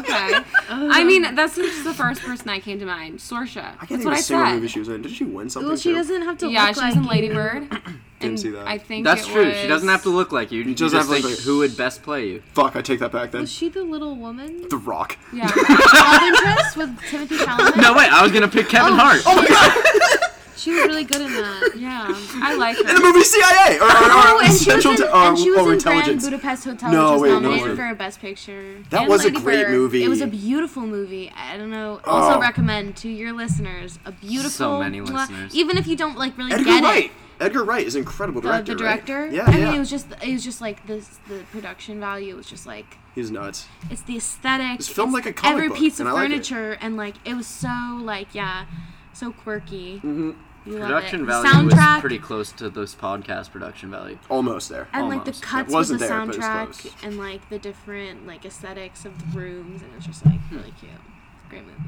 Okay. I mean, that's just the first person I came to mind. Sorsha. I can't That's think what of I a single movie said. she was in. Did she win something? Well, she too? doesn't have to Yeah, look she like was in you. Lady Bird. *coughs* and see that. I think That's it true. She was- doesn't have to look like you. You doesn't just have to think look like- who would best play you. *laughs* Fuck, I take that back then. Was she the little woman? The Rock. *laughs* Yeah. Love interest with Timothy Chalamet? No wait, I was gonna pick Kevin Hart. Oh my god! She was really good in that. Yeah, I *laughs* like in the her. movie CIA or, or, or Oh, and she was Central in, Te- or- and she was or in Grand Intelligence. Budapest Hotel, No, which was wait, no, nominated wait. for a Best Picture. That and was a Lady great Bird. movie. It was a beautiful movie. I don't know. Oh. Also recommend to your listeners a beautiful. many listeners. Even if you don't like really Edgar get Wright. it, Edgar Wright is an incredible the director. the right? director. Yeah, I yeah. mean, it was just it was just like this. The production value was just like He's nuts. it's the aesthetic. It's filmed like a comic every book, piece of and I like it. furniture and like it was so like yeah, so quirky. Mm-hmm. You love Production it. The value soundtrack, was pretty close to those podcast production value. Almost there. and like almost. the cuts It with the wasn't there, but it was soundtrack close. and like the different like aesthetics of the rooms and it's just like really cute. It's a great movie.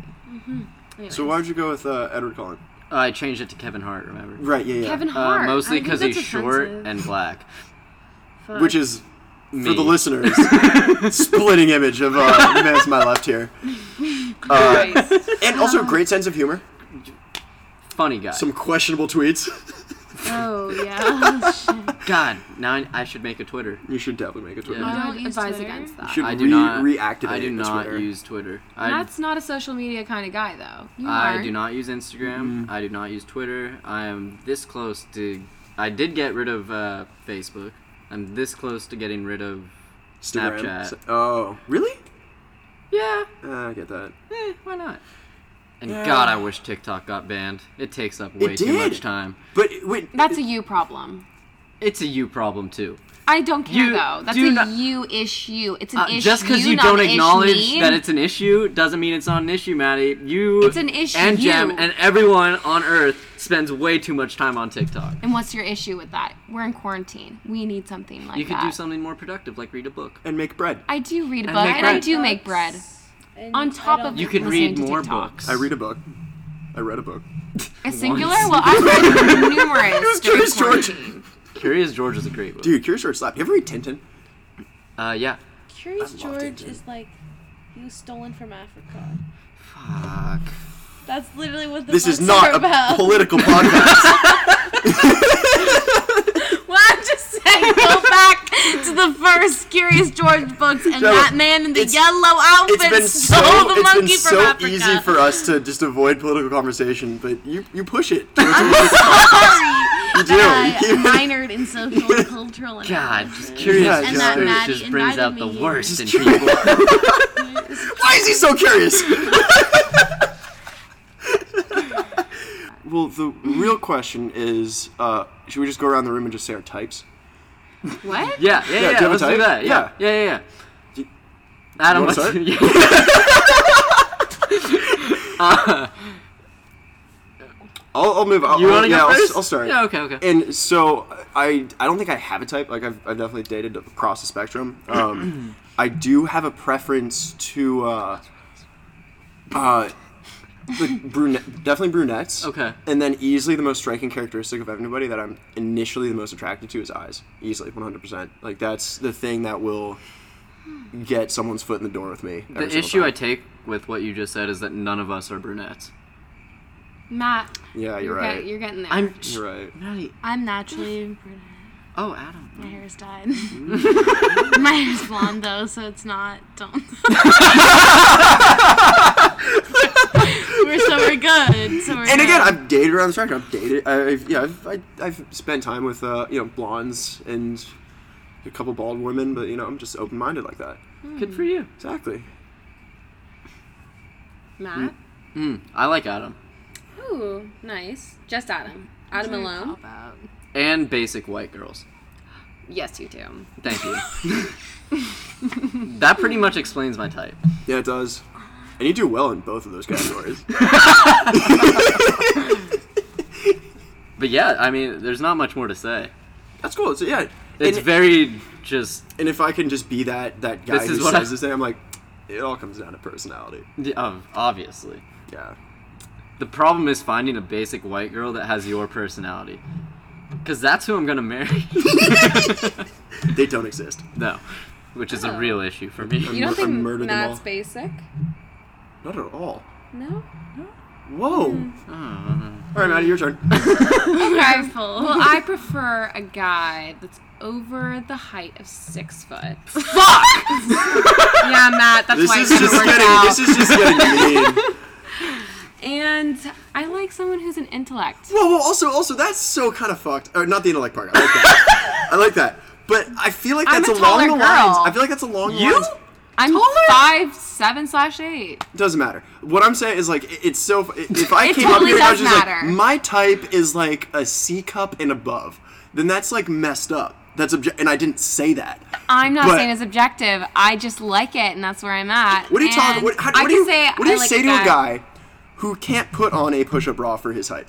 Mm-hmm. So why would you go with uh, Edward Cullen? I changed it to Kevin Hart. Remember? Right. Yeah. Yeah. Kevin Hart. Uh, mostly I think because that's he's short offensive. and black. Fuck. Which is for Me. the listeners, splitting image of uh, the man to my left *laughs* here, uh, *laughs* Christ. and also great sense of humor. Funny guy. Some questionable tweets. *laughs* Oh yeah. Shit. God, now I, I should make a Twitter. You should definitely make a Twitter. Yeah. I You don't don't use advise Twitter? against You that. should I do re- not reactivate. I do the not Twitter. use Twitter. I, That's not a social media kind of guy, though. You I are. do not use Instagram. I do not use Twitter. I am this close to. I did get rid of uh, Facebook. I'm this close to getting rid of. Instagram. Snapchat. So- Oh, really? Yeah, Uh, I get that. eh, why not? And Yeah. God, I wish TikTok got banned. It takes up way too did. much time. But wait, That's a you problem. It's a you problem too. I don't care You though. That's do a not- you issue. It's an Uh, issue. just because you not don't an ish acknowledge me. that it's an issue doesn't mean it's not an issue, Maddie. You It's an issue. and Jem and everyone on Earth spends way too much time on TikTok. And what's your issue with that? We're in quarantine. We need something like You could that. do something more productive, like read a book. and make bread. I do read a And book, make and I bread. do make bread. And On I top don't- of You could listening read to more TikTok. books. I read a book. I read a book. A singular? Well, I've read *laughs* numerous. during Curious George. quarantine. Curious George is a great book. Dude, Curious George slapped. You ever read Tintin? Uh, yeah. Curious I loved it, George dude. is like he was stolen from Africa. Fuck. That's literally what the This is books not are a about. political podcast. *laughs* well, I'm just saying, go *laughs* back to the first Curious George books and Gemma, that man in the it's- yellow It's outfit been so stole the it's been monkey from so Africa. easy *laughs* for us to just avoid political conversation, but you you push it. *laughs* *laughs* You do. I You- minored *laughs* in social and cultural analysis. God, just Curious Yeah, George And that Maddie just brings invited out the me. worst in people. Why is he so *laughs* curious? well, the real question is, uh, should we just go around the room and just say our types? What? Yeah, yeah, do yeah. you have a let's type? do that. Yeah, yeah, yeah. yeah. Do- Adam, wanna what's start? *laughs* I'll, I'll move. I'll, You I'll- want to yeah, go I'll, first? I'll start. Yeah, okay, okay. And so I I don't think I have a type. Like I've, I've definitely dated across the spectrum. Um, I do have a preference to uh, uh, like brunette, definitely brunettes. Okay. And then easily the most striking characteristic of anybody that I'm initially the most attracted to is eyes. Easily, 100%. Like that's the thing that will get someone's foot in the door with me. every the single issue I time. take with what you just said is that none of us are brunettes. Matt, yeah, you're you're, right. get- you're getting there. I'm. You're right. Maddie- I'm naturally Oh, Adam. my hair's *laughs* dyed. my hair's blonde though, so it's not. Don't. *laughs* we're so we're good. So we're And good. again, I've dated around the spectrum. I've dated. I- I've, yeah, I've, I, I've spent time with uh, you know blondes and a couple bald women, but you know I'm just open minded like that. Good for you. Exactly. Matt. Mm, I like Adam. Ooh, nice. Just Adam. Adam alone. About- And basic white girls. Yes, you do. Thank *laughs* you. that pretty much explains my type. Yeah, it does. And you do well in both of those *laughs* categories. But yeah, I mean, there's not much more to say. That's cool. So yeah, It's and, very just. and if I can just be that that guy This who is what says I- this thing, I'm like, it all comes down to personality. ob- obviously. Yeah. The problem is finding a basic white girl that has your personality. Because that's who I'm going to marry. *laughs* They don't exist. no. Which is a real issue for me. You don't mur- I think murdered them Matt's all. basic? Not at all. No. Whoa. Hmm. All right, Maddie, your turn. Careful. well, I prefer a guy that's over the height of six foot. Fuck! yeah, Matt, that's This why is it just never worked getting. out. This is just getting mean. And I like someone who's an intellect. Well, well, also, also, that's so kind of fucked. Or not the intellect part. I like *laughs* that. I like that. But I feel like I'm that's a along the taller lines. girl. I feel like that's along the You? lines. I'm five seven slash eight. Doesn't matter. What I'm saying is like it- it's so. i- If I It came totally up here and I was does just like, matter. my type is like a C cup and above, then that's like messed up. That's obje- and I didn't say that. I'm not But- saying it's objective. I just like it, and that's where I'm at. What do you talk? And What, how, I what do can you say? what do you I like say a to guy. a guy who can't put on a push-up bra for his height?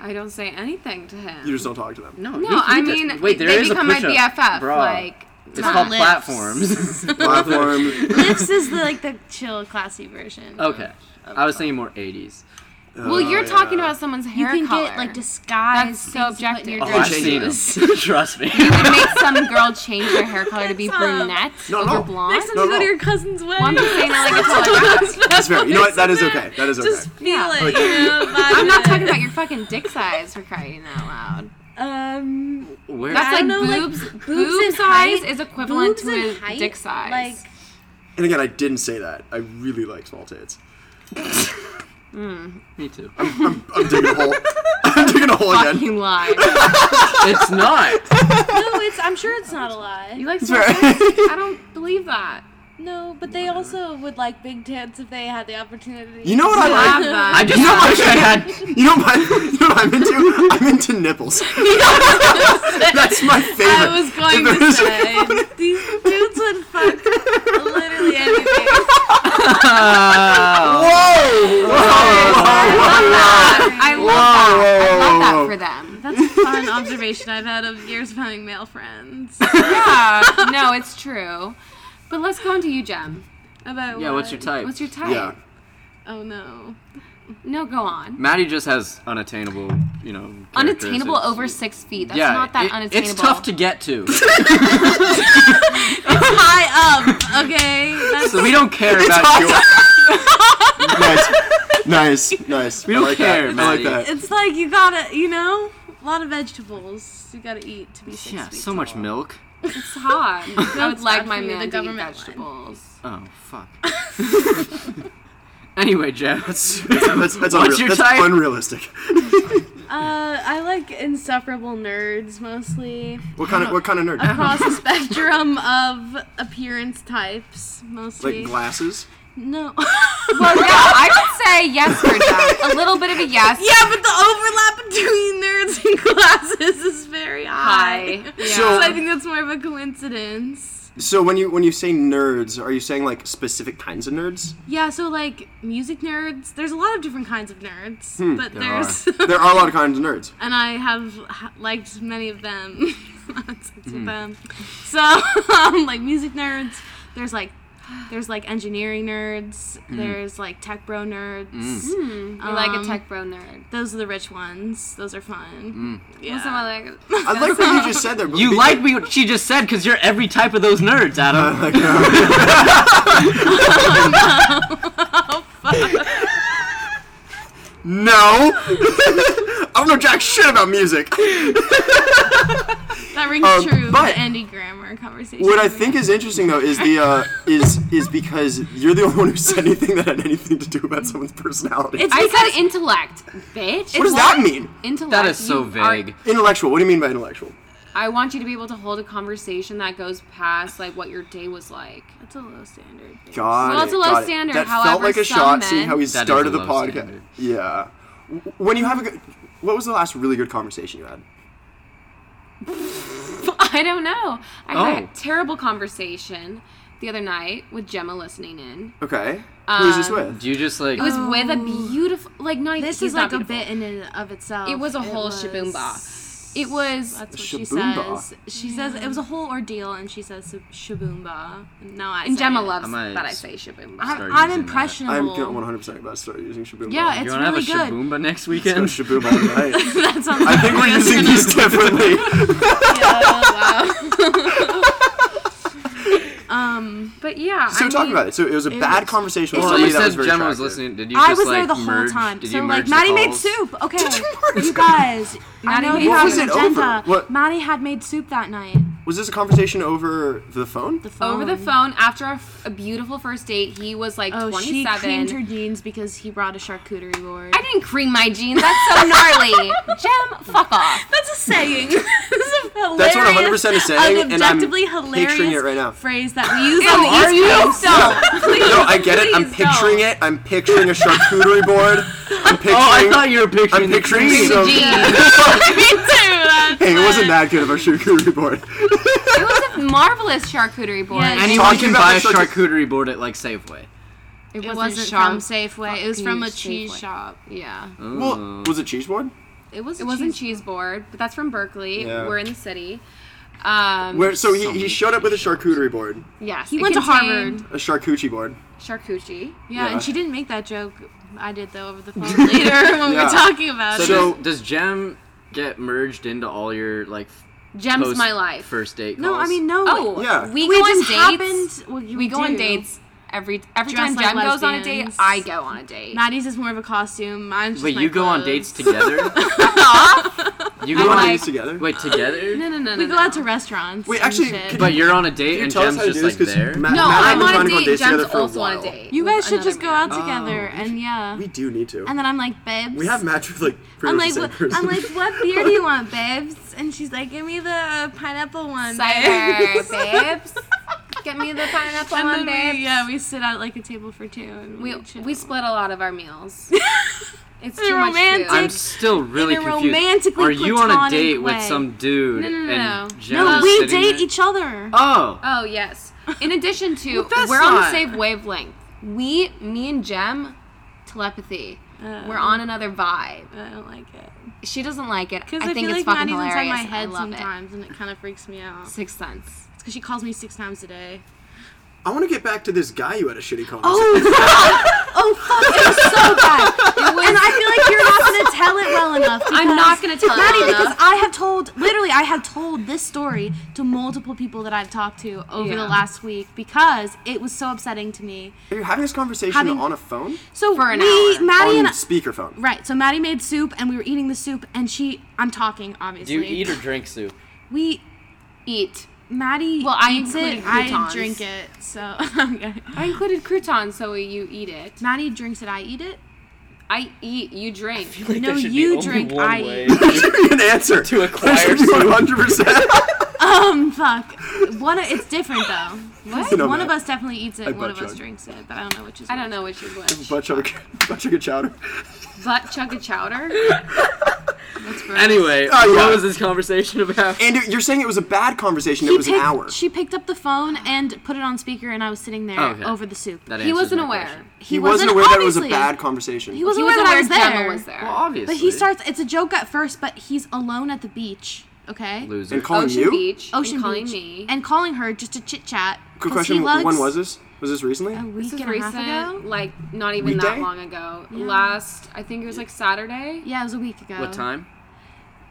I don't say anything to him. You just don't talk to them. No, No, he- he I does- mean, wait, there they is become a my push-up BFF, bra. like, it's not called lips. *laughs* platforms. Platform. Lips is the like the chill, classy version. okay, I was thinking more '80s. Well, you're yeah. talking about someone's You hair can color. get like disguised. That's so things to put in your objective. *laughs* Oh, I've Change seen *laughs* dresses. them. Trust me. you would make some girl change their hair color to be It's, um, brunette No, over no. blonde. Next time No, you go no. to your cousin's wedding. Well, I'm just saying I like a taller guy. That's fair. You know what? That *laughs* is okay. That is okay. Just feel Yeah. it. *laughs* you know, vibe I'm not it. talking about your fucking dick size for crying out loud. Um, Where? That's I like don't know, like, boobs. boobs boob and size height- is equivalent boobs to a and height, dick size. like- and again, I didn't say that. I really like small tits. me too. I'm, I'm digging a hole. *laughs* I'm digging a hole again. fucking lie. it's not. no, it's. I'm sure it's not a lie. *laughs* You like small Sorry. size? I don't believe that. No, but they also would like big tits if they had the opportunity. *laughs* You know what I Have *laughs* like? that. I just wish I *laughs* had. You know my, *laughs* you know what I'm into? I'm into *laughs* nipples. That's my favorite. I was going *laughs* to say. These dudes would fuck literally anything. Uh, *laughs* Whoa! *laughs* Whoa! Whoa! I Whoa! love I love that for them. that's a fun observation I've had of years of having *laughs* male friends. *laughs* yeah, no, it's true. But let's go on to you, Jem. About yeah, what's your what? type? What's your type? Yeah. Oh no. No, go on. Maddie just has unattainable, you know. Unattainable characteristics. over six feet. That's Yeah, not that it- unattainable. It's tough to get to, High up, okay. That's so we don't care about your. Nice. *laughs* Nice. Nice. We don't I like care, that. I like Maddie. that. It's like you gotta, you know, a lot of vegetables you gotta eat to be six Yeah, feet so much tall. milk. It's *laughs* hard. I would it's like bad my for you, man the to eat government one. vegetables. Oh fuck. *laughs* anyway, Jeff. That's, that's, that's, unreal- your that's type? unrealistic. Uh, I like insufferable nerds mostly. What kind of what kind of *laughs* nerd? Across the spectrum of appearance types, mostly. Like glasses? no. *laughs* *laughs* *laughs* Well, yeah, I would say yes for Jem. A little bit of a yes. yeah, but the overlap between nerds and *laughs* glasses is very high. Hi. So- So I think that's more of a coincidence. So when you when you say nerds, are you saying like specific kinds of nerds? Yeah, so like music nerds, there's a lot of different kinds of nerds, but There there's Hmm. There are a lot of kinds of nerds. *laughs* Oh. and I have ha- liked many of them. *laughs* Had sex Hmm. with them. So, um, *laughs* like music nerds, there's like there's like engineering nerds, Hmm. there's like tech bro nerds. You like a Um, tech bro nerd. Those are the rich ones. Those are Hmm. fun. Yeah. What's someone like? *laughs* I like what you just said there. but- *laughs* You like me? What she just said because you're every type of those nerds, *laughs* Adam. Like, uh, no. *laughs* I don't know jack shit about music. That rings Um, true. but- the Andy Grammer conversation. What I think is interesting though is the uh, is is because you're the only one who said anything that had anything to do about someone's personality. I said intellect, bitch. what does that mean? Intellect. That is so you are- vague. Intellectual. What do you mean by intellectual? I want you to be able to hold a conversation that goes past like what your day was like. that's a low standard. bitch. Got Well, it, it's a low got it. standard, That felt however, like a some shot seeing men- how he That is started a the low podcast. standard. Yeah. W- When you have a good. What was the last really good conversation you had? *laughs* I don't know. I had Oh. a terrible conversation the other night with Gemma listening in. Okay. Who was this Um, with? Do you just like? It was with a beautiful, like not. This he's is not like a beautiful. bit in and of itself. It was a whole shaboomba. It was. That's what she Shaboomba. says. She says it was a whole ordeal, and she says sub- shaboomba. And Now I and say Gemma it. loves I might that I s- say shaboomba. start I- using I'm that. impressionable. I'm going 100% about to start using Shaboomba. Yeah, You it's wanna really have a good. shaboomba next Go weekend? Shaboomba all night. that sounds. I think we're using these differently. But yeah, so I talk mean, about it. So it was a bad conversation with Well, you somebody that said was very Gemma was attractive. *laughs* listening. Did you I just, was like, there the whole merge- time. Did you so merge like the Maddie made calls? soup. Okay. merge you guys. I Maddie know made you soup. have Was it an agenda. over? What- *laughs* Maddie had made soup that night. Was this a conversation over the phone? The phone. Over the phone, after a, f- a beautiful first date, he was like Oh, she 27. creamed her jeans because he brought a charcuterie board. I didn't cream my jeans. That's so gnarly. Jem, fuck off. That's a saying. *laughs* this is a hilarious, That's what 100% is saying, an and I'm objectively hilarious picturing it right now. phrase that we use Ew, on the are East you? Coast. Don't. No, I get it. I'm please picturing it. I'm picturing a charcuterie board. I'm picturing. Oh, I thought you were picturing. I'm the picturing cream. some. Jeez. *laughs* Hey, it wasn't that good of a *laughs* charcuterie board. It was a marvelous charcuterie board. Yeah, Anyone Talking can about buy a this like a- charcuterie board at like Safeway. It, It wasn't, wasn't sharp. from Safeway. It was Fuck from you, a cheese Safeway. shop. Yeah. well, was it cheese board? It was. It wasn't cheese board, but that's from Berkeley. Yeah. We're in the city. Um, Where? So he, he showed up with a charcuterie board, yes. He it went to contained a charcuterie board. Charcuterie. Yeah, Yeah. and she didn't make that joke. I did though over the phone later when we Yeah. were talking about So, it. So- does, does Gem get merged into all your like Gems post my life. first date calls? No, I mean no. Oh, Yeah. we, we go on just dates. happened. well, you we go on do. dates every every Dress time like Jen goes on a date. lesbians. I go on a date. Maddie's is more of a costume. Mine's just Wait, my you go on clothes. dates *laughs* together? you go You I'm want on to do like- this together? wait together? no, no, no, no. We go no. out to restaurants. Wait, and actually, shit. could- But you're on a date Can you and tell us Gem's how to do just this? like 'Cause there. Ma- No, Matt and I'm I have been on a trying to go on date. dates Jen's together for a also on a while. date. you with guys should just another go out man. together, and yeah. We do need to. and then I'm like, babes. We have matched with like pretty I'm much the like, same what, person. I'm like, what beer do you want, babes? And she's like, give me the pineapple one. *laughs* Cider, babes." babes. Get me the pineapple And one, then babes. we, yeah, we sit at like a table for two, and we We, chill. we split a lot of our *laughs* meals. It's They're too much romantic. food. I'm still really in a confused. romantically Are you on a platonic date with way. some dude No, no, no, no. and Gem no, is we sitting date there? each other. Oh, Oh yes. In addition *laughs* to, Well, that's we're on the not- same wavelength. We, me and Jem, telepathy. Uh, we're on another vibe. I don't like it She doesn't like it. because I, I, think feel it's like fucking Maddie's hilarious. inside my head I love sometimes, and it kind of freaks me out. it. Sixth Sense. It's because she calls me six times a day. I want to get back to this guy you had a shitty conversation. Oh fuck! It was so bad. and I feel like you're not gonna tell it well enough. I'm *laughs* not gonna tell Maddie, Elena. because I have told literally I have told this story to multiple people that I've talked to over Yeah. the last week because it was so upsetting to me. Are you having this conversation Having- on a phone? So For an we, hour. Maddie on and speakerphone. right. So Maddie made soup and we were eating the soup and she. I'm talking do obviously. you eat or drink soup? We Eat. Maddie Well, I eats it. included I croutons. drink it. So *laughs* okay. I included croutons, so you eat it. Maddie drinks it. I eat it. I eat. You drink. No, you drink. I eat. Give me *laughs* an answer. To acquire There should be some- *laughs* 100%. Um, fuck. One, of- it's different though. You know One that. of us definitely eats it. I one of butt us chug. drinks it, but I don't know which is. I don't know which is which. butt chug, butt chug and chowder. Butt chug a chowder. That's gross. *laughs* Anyway, Oh, yeah. what was this conversation about? And you're saying it was a bad conversation. She it was an picked- hour. She picked up the phone and put it on speaker, and I was sitting there Oh, okay. over the soup. That he answers wasn't my aware. question. he wasn't aware that it was a obviously. bad conversation. He wasn't He was aware that aware I was Gemma there. was there. Well, obviously. But he starts. It's a joke at first, but he's alone at the beach. Okay. Loser. and calling Ocean you? Beach. and Ocean calling Beach. me. And calling her just to chit chat. Good 'cause he question. loves When was this? Was this recently? A week This is and a half recent, ago. like not even that Weekday? long ago. Last, I think it was like Saturday Yeah, it was a week ago. What time?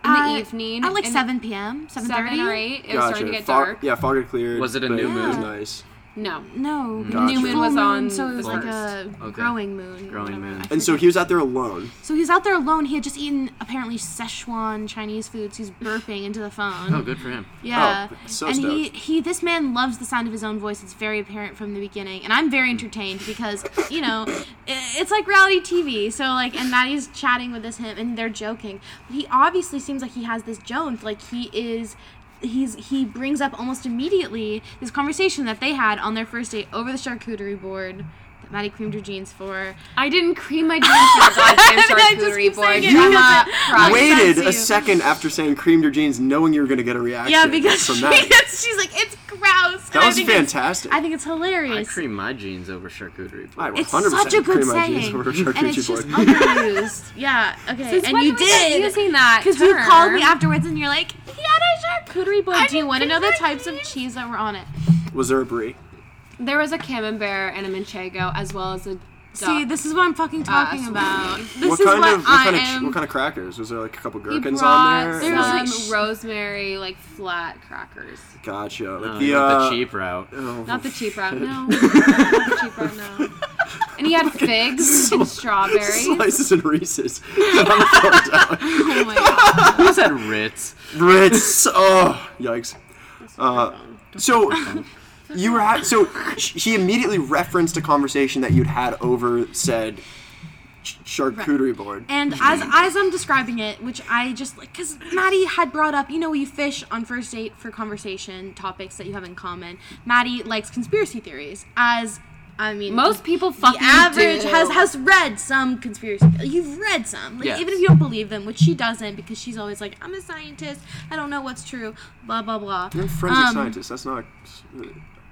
in Uh, the evening. At like in- 7 p.m. 7:30. seven or eight. It was starting to get Fog- dark. yeah, fog had cleared. Was it a but new It was moon? nice. No, No, Gotcha. new moon was on. the So it was like a first. Okay. growing moon. or Growing whatever. moon. I And so he was out there alone. So he's out there alone. He had just eaten apparently Szechuan Chinese foods. He's burping into the phone. Oh, good for him. Yeah. Oh, so and he, he this man loves the sound of his own voice. It's very apparent from the beginning. And I'm very entertained because, you know, *laughs* i it's like reality TV. So like and Maddie's chatting with this him and they're joking. But he obviously seems like he has this Jones. Like he is he's he brings up almost immediately this conversation that they had on their first date over the charcuterie board that Maddie creamed her jeans for. I didn't cream *laughs* my jeans for the goddamn I just charcuterie keep board. saying it. Gemma, You have Christ. waited That's you. a second after saying creamed your jeans, knowing you were going to get a reaction. Yeah, because from she, that. *laughs* she's like, it's gross. And That I was think it's- fantastic. I think it's I hilarious. cream my jeans over charcuterie. I board. it's 100% such a good cream my jeans saying, over a and it's charcuterie just board. underused. yeah, okay. Since and when you do we start did using that because you called me term? afterwards, and you're like, "He had a charcuterie board. I Do you didn't want to know cream the my types of cheese that were on it? Was there a brie? There was a camembert and a manchego, as well as a. See, duck. this is what I'm Uh, fucking talking Ass. about. This what is kind what of what I kind of am. ch- what kind of crackers? Was there like a couple He gherkins on there? brought some was, like, Like- sh- rosemary, like flat crackers. gotcha. Like Oh, the, you went uh, the cheap route. oh, Not the cheap route, *laughs* no. Not the cheap route, no. And he had *laughs* figs and *laughs* strawberries. slices and *laughs* Reese's. *laughs* On the phone down. Oh my god. Who said Ritz? Ritz. *laughs* Oh, yikes. Uh, so *laughs* you were ha- so sh- he immediately referenced a conversation that you'd had over said ch- charcuterie board. And as as I'm describing it, which I just like, because Maddie had brought up, you know, you fish on first date for conversation topics that you have in common. Maddie likes conspiracy theories, as I mean, Most people the fucking average do. has has read some conspiracy. You've read some, like Yes. even if you don't believe them, which she doesn't, because she's always like, I'm a scientist. I don't know what's true. Blah blah blah. You're a forensic Um, scientist. That's not. uh,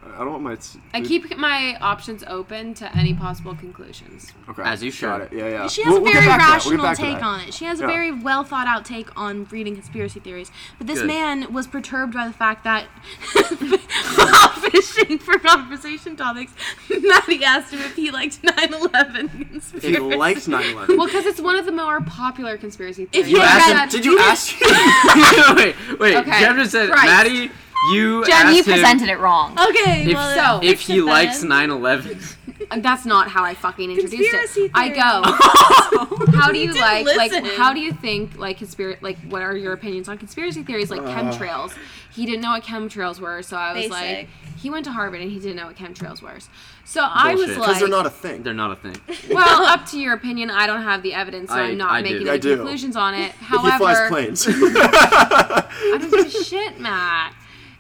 I don't want my. I keep my options open to any possible conclusions. Okay. As you should. Got it. Yeah, yeah. She has We'll- a we'll get very back to that. We'll get rational back to take that. on it. She has Yeah. a very well thought out take on reading conspiracy theories. But this Good. man was perturbed by the fact that *laughs* while fishing for conversation topics, *laughs* Maddie asked him if he liked 9 11 conspiracy. He *laughs* likes 9/11. Well, because it's one of the more popular conspiracy theories. you You had asked read- him- did you *laughs* ask? wait, wait. Okay. Jeff just said, Christ. Maddie, you Jen, asked you him presented it wrong. Okay, if, well, so- if he it likes then. 9/11. That's not how I fucking introduced Conspiracy it. I go. How do you like like listen. how do you think like conspiracy like what are your opinions on conspiracy theories like chemtrails? He didn't know what chemtrails were, so I was like Basic. he went to Harvard and he didn't know what chemtrails were. So I was Bullshit. like Because they're not a thing. They're not a thing. *laughs* well, up to your opinion, I don't have the evidence, so I, I- am not I do. making I any do. conclusions *laughs* on it. If he However, flies planes. *laughs* I don't give a shit, Matt.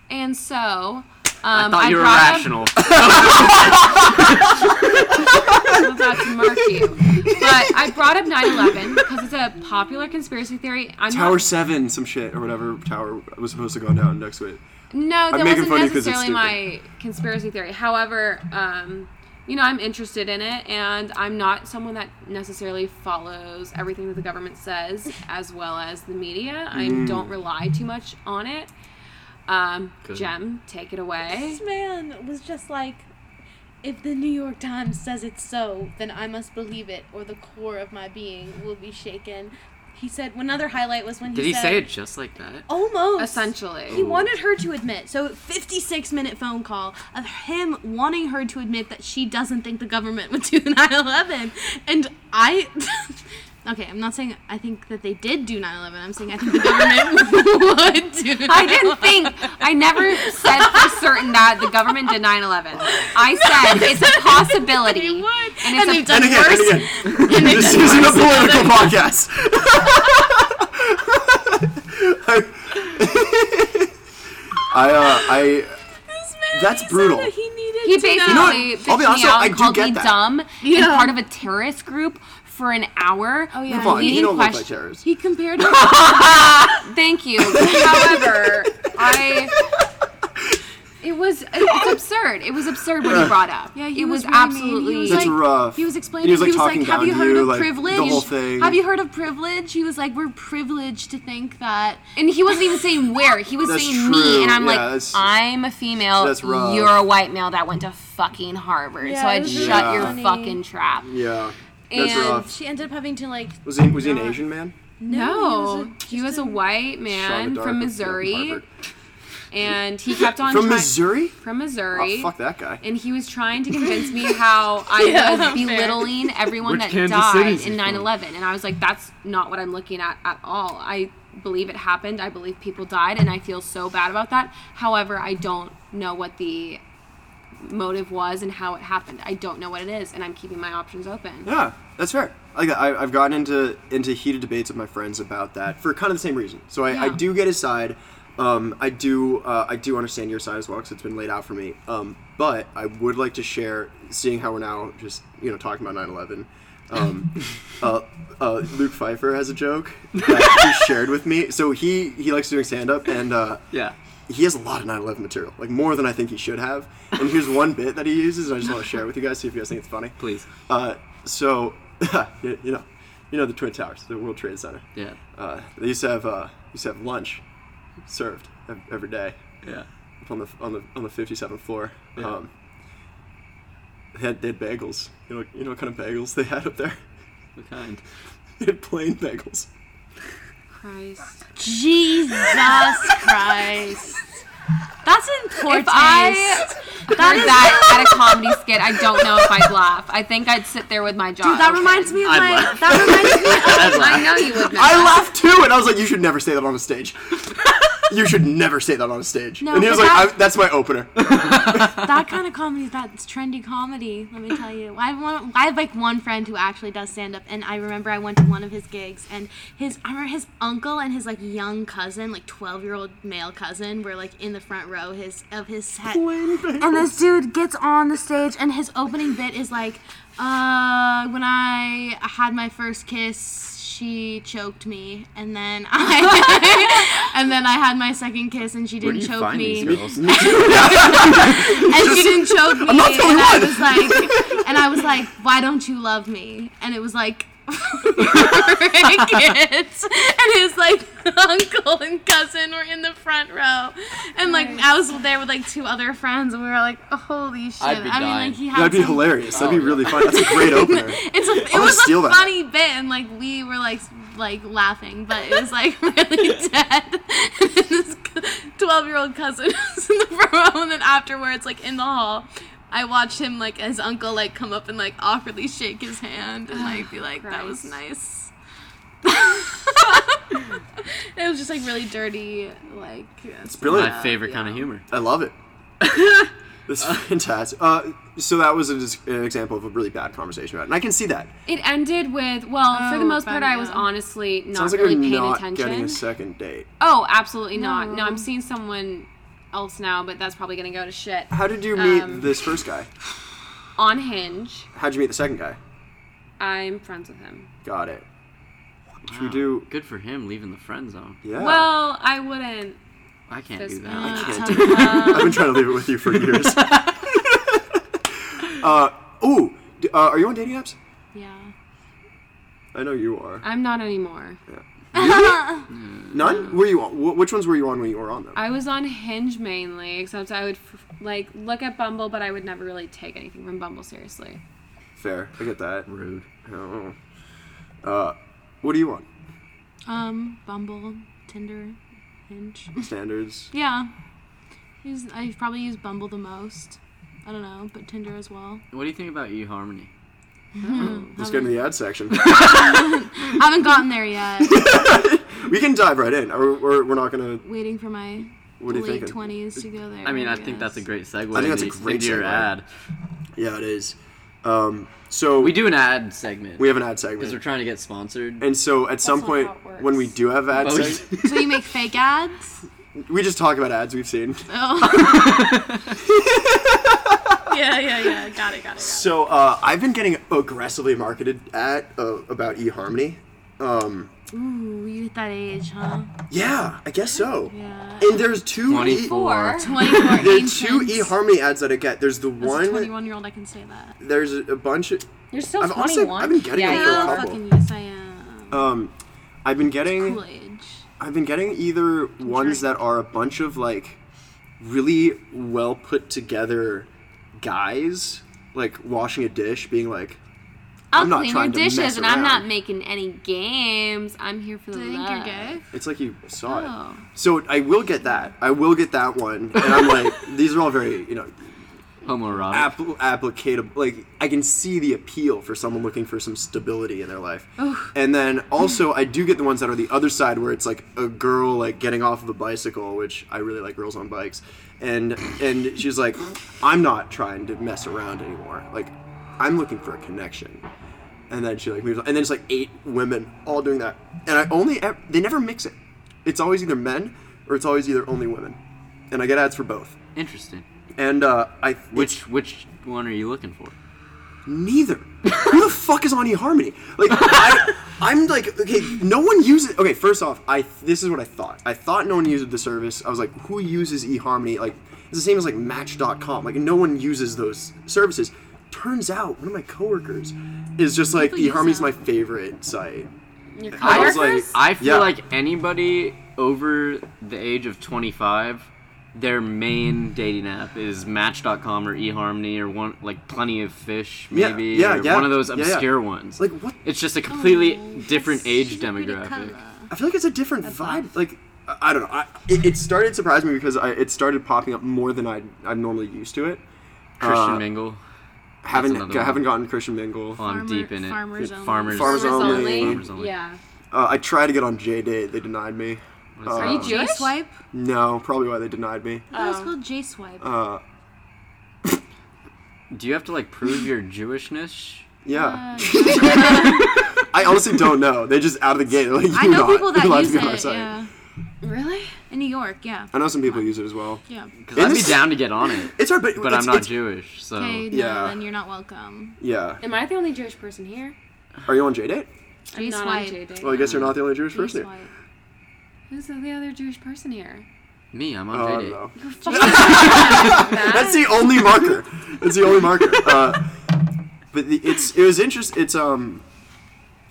And so, um, I, I thought you were brought up- rational. I'm about to mark you. But I brought up 9/11 because it's a popular conspiracy theory. I'm Tower not, Seven, some shit or whatever tower was supposed to go down next week. no, that I'm making wasn't fun of you 'cause it's necessarily my conspiracy theory. However, um, you know, I'm interested in it, and I'm not someone that necessarily follows everything that the government says as well as the media. I Mm. don't rely too much on it. Um, Good. Jem, take it away. This man was just like, if the New York Times says it's so, then I must believe it, or the core of my being will be shaken. He said, one other highlight was when Did he he said, say it just like that? Almost. Essentially. He wanted her to admit. So, 56 minute phone call of him wanting her to admit that she doesn't think the government would do *laughs* 9 11. And I. *laughs* Okay, I'm not saying I think that they did do 9 11. I'm saying I think the government *laughs* would do I didn't think. I never said for certain that the government did 9 11. I said it's a possibility. And it's a, And again, and again, this isn't a political podcast. *laughs* I, uh, I. That's brutal. He needed he to know. what? basically bitched I'll be honest, me out I and do called get me that. dumb and Yeah. part of a terrorist group for an hour. Oh, yeah. Move on. You don't look like terrorists. He compared *laughs* Thank you. However, I. It was it's absurd. It was absurd what he brought up. Yeah, he it was was, really mean. He absolutely was That's like- rough. He was explaining. He was like talking like, "Have down you to heard you, of like, the privilege? whole thing. Have you heard of privilege?" He was like, "We're privileged to think that." And he wasn't even saying where. He was That's saying true. me, and I'm Yeah, like, that's- I'm a female. that's rough. You're a white male that went to fucking Harvard. Yeah, so it I'd was shut really your funny. fucking trap. Yeah. That's And rough. She ended up having to like. Was he, was he an Asian man? No, he was a- he was a, white Shot in man the dark from with- yeah, Missouri, Harvard. and he kept on From trying- Missouri? From Missouri. Oh, fuck that guy. And he was trying to *laughs* convince me how I was belittling everyone Which that Kansas City died is he in from? 9 11. And I was like, that's not what I'm looking at at all. I believe it happened. I believe people died. And I feel so bad about that. However, I don't know what the motive was and how it happened. I don't know what it is. And I'm keeping my options open. Yeah, that's fair. Like I, I've gotten into into heated debates with my friends about that for kind of the same reason. So I, I Yeah. do get his side. Um, I do uh, I do understand your side as well because it's been laid out for me. Um, but I would like to share, seeing how we're now just you know talking about 9/11. *laughs* Um, uh, uh, Luke Pfeiffer has a joke that he shared with me. So he he likes doing stand up and. Uh, Yeah. he has a lot of 9-11 material like more than i think he should have and here's one bit that he uses and i just want to share it with you guys see if you guys think it's funny Please. uh, so *laughs* you, you know you know the twin towers the world trade center Yeah. uh, they used to have uh, used to have lunch served ev- every day Yeah. up on the on the on the 57th floor um, they had, they had bagels you know you know what kind of bagels they had up there *laughs* What kind? they had plain bagels Christ. *laughs* Jesus Christ. That's in poor If I heard *laughs* that at a comedy skit, I don't know if I'd laugh. I think I'd sit there with my jaw. Dude, that open. reminds me of I'd my. laugh. That reminds me. That's I know you would. Matt. i laughed too and i was like you should never say that on a stage you should never say that on a stage. No, and he was but like, that- I, that's my opener. that kind of comedy, that's trendy comedy. Let me tell you, I have one. I have like one friend who actually does stand up, and I remember I went to one of his gigs, and his I remember his uncle and his like young cousin, like twelve year old male cousin, were like in the front row his of his set, and this dude gets on the stage, and his opening bit is like, uh, when *laughs* I had my first kiss. She choked me, *laughs* and then *laughs* I, and then I had my second kiss, and she Where do didn't *laughs* you choke find me these girls? and she didn't choke me. not the only and I one. was like, and I was like, why don't you love me? And it was like. *laughs* crickets and his like *laughs* uncle and cousin were in the front row and like I was there with like two other friends and we were like holy shit I'd be I mean dying. like he had That'd be some- hilarious. That'd be Oh, really fun. That's a *laughs* great opener. it's a, it I'll was a steal that. funny bit and like we were like s- like laughing but it was like *laughs* really dead and this 12 year old cousin *laughs* was in the front row and then afterwards like in the hall I watched him like his uncle like come up and like awkwardly shake his hand and like be like that was nice *laughs* it was just like really dirty like It's My brilliant. favorite kind of humor. I love *laughs* it. That's fantastic. Uh, so that was a, dis- an example of a really bad conversation about it, and I can see that. It ended with well, for the Oh, most part, bummer. I was honestly not Sounds like really we're paying not getting attention. a second date. oh, absolutely not. No, I'm seeing someone else now, but that's probably gonna go to shit. How did you meet Um, this first guy? On Hinge, How'd you meet the second guy? I'm friends with him. Got it. Should we Wow. do? Good for him leaving the friend zone. Yeah. Well, um, I wouldn't. I can't Fist do that. I can't do it. *laughs* I've been trying to leave it with you for *laughs* years. uh, ooh, d- uh, are you on dating apps? yeah I know you are. I'm not anymore. None? Were you on? Wh- which ones were you on when you were on them? I was on Hinge mainly, except I would f- like look at Bumble, but I would never really take anything from Bumble seriously. Fair. I get that. Rude. Oh. Uh, what do you want? um Bumble Tinder Hinge Standards. yeah Use- I probably use Bumble the most I don't know but Tinder as well What do you think about eHarmony? Let's get into the ad section. *laughs* I haven't gotten there yet. we can dive right in. We're, we're, we're not gonna. Waiting for my What are you late thinking? twenties to go there. I mean, I think that's a great segue. I think that's a into- great into your segue. ad. Yeah, it is. Um, so We do an ad segment we have an ad because we're segment, trying to get sponsored. and so at some not point how it works. when we do have ad Oh, seg- *laughs* yeah. So you make fake ads? we just talk about ads we've seen. Oh. *laughs* yeah, yeah, yeah. Got it, got it. So uh, I've been getting aggressively marketed at uh, about eHarmony. Um, Ooh, you hit that age, huh? yeah, I guess so. Yeah. And there's two. E- 24. Twenty-four. there are ancient. two eHarmony ads that I get. There's the As a one. twenty-one-year-old, I can say that. There's a bunch of. You're still I've honestly- 21. I've been getting Oh, yeah, them you for a are. couple- Oh, Fucking yes, I am. Um, I've been getting. Cool age. I've been getting either ones that are a bunch of like really well put together guys, like washing a dish, being like, I'll I'm not clean your trying to dishes, mess and I'm not around. making any games. I'm here for the Do you think love. you're gay? it's like you saw Oh. it. So I will get that. I will get that one. And I'm like, these are all very, you know, Homoerotic. app- applicatable. Like I can see the appeal for someone looking for some stability in their life. And then also I do get the ones that are the other side where it's like a girl like getting off of a bicycle, which I really like girls on bikes. And and she's like, I'm not trying to mess around anymore. Like I'm looking for a connection. And then she like moves on. And then it's like eight women all doing that. And I only ev- they never mix it. It's always either men or it's always either only women. And I get ads for both. Interesting. And uh, I it's- Which which one are you looking for? Neither. Who the fuck is on eHarmony? Like, I, I'm like, okay, no one uses. Okay, first off, I this is what I thought. I thought no one used the service. I was like, who uses eHarmony? Like, it's the same as like Match.com. Like, no one uses those services. Turns out, one of my coworkers is just like use eHarmony's them. my favorite site. Your I was like, coworkers? I feel Yeah. like anybody over the age of 25, their main dating app is Match.com or eHarmony or one like Plenty of Fish Yeah, maybe yeah, or yeah, one of those yeah, yeah. obscure ones. Like, what? it's just a completely Oh, different age demographic. Colour. I feel like it's a different vibe. Like I I don't know. I, it, it started surprising me because I, it started popping up more than I I'm normally used to it. Christian Uh, Mingle. Haven't another one. haven't gotten Christian Mingle. Oh, I'm Farmer- deep in it. farmers only. farmers, Farmers Farmers only. only. Farmers only. Yeah. Uh, I tried to get on J Date. They denied me. What is Uh, that? Are you Oh. Jewish? Swipe. No, probably why they denied me. Oh, That was called J Swipe. Uh, Do you have to like prove your Jewishness? yeah. *laughs* I honestly don't know. They just out of the gate. They're like, Uh, I "You're know not. people that You're allowed to use be on our it. site." Yeah. Really? In New York, yeah. I know some people use it as well. Yeah. Because In I'd be this- down to get on it, It's hard, but, but it's- I'm not it's- Jewish, so Okay, no, Yeah. then you're not welcome. Yeah. Am I the only Jewish person here? Are you on J date? J I'm not on Swipe. J-Date. Well, I guess you're not the only Jewish J person here. Swipe. Who's the other Jewish person here? me, I'm on Oh, I J don't date. know. You're fucking *laughs* That's the only marker. That's the only marker. Uh, but the, it's it was interesting. It's um,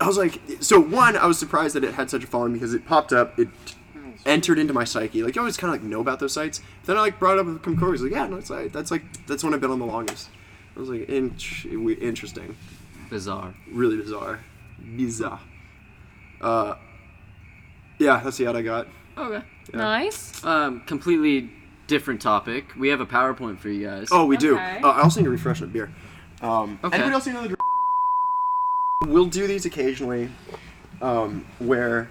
I was like, so one, I was surprised that it had such a following because it popped up, it entered into my psyche. Like you always kind of like know about those sites. Then I like brought it up with Comcori. He's like, yeah, no, it's like that's like that's when I've been on the longest. I was like, Int- we- interesting, Bizarre. really bizarre, bizarre. Uh, yeah, that's the ad I got. Okay. nice. Um, completely different topic. We have a PowerPoint for you guys. Oh, we do. Okay. Uh, I also need to refresh my beer. Um, Okay. Anybody else need another? Drink? We'll do these occasionally, um, where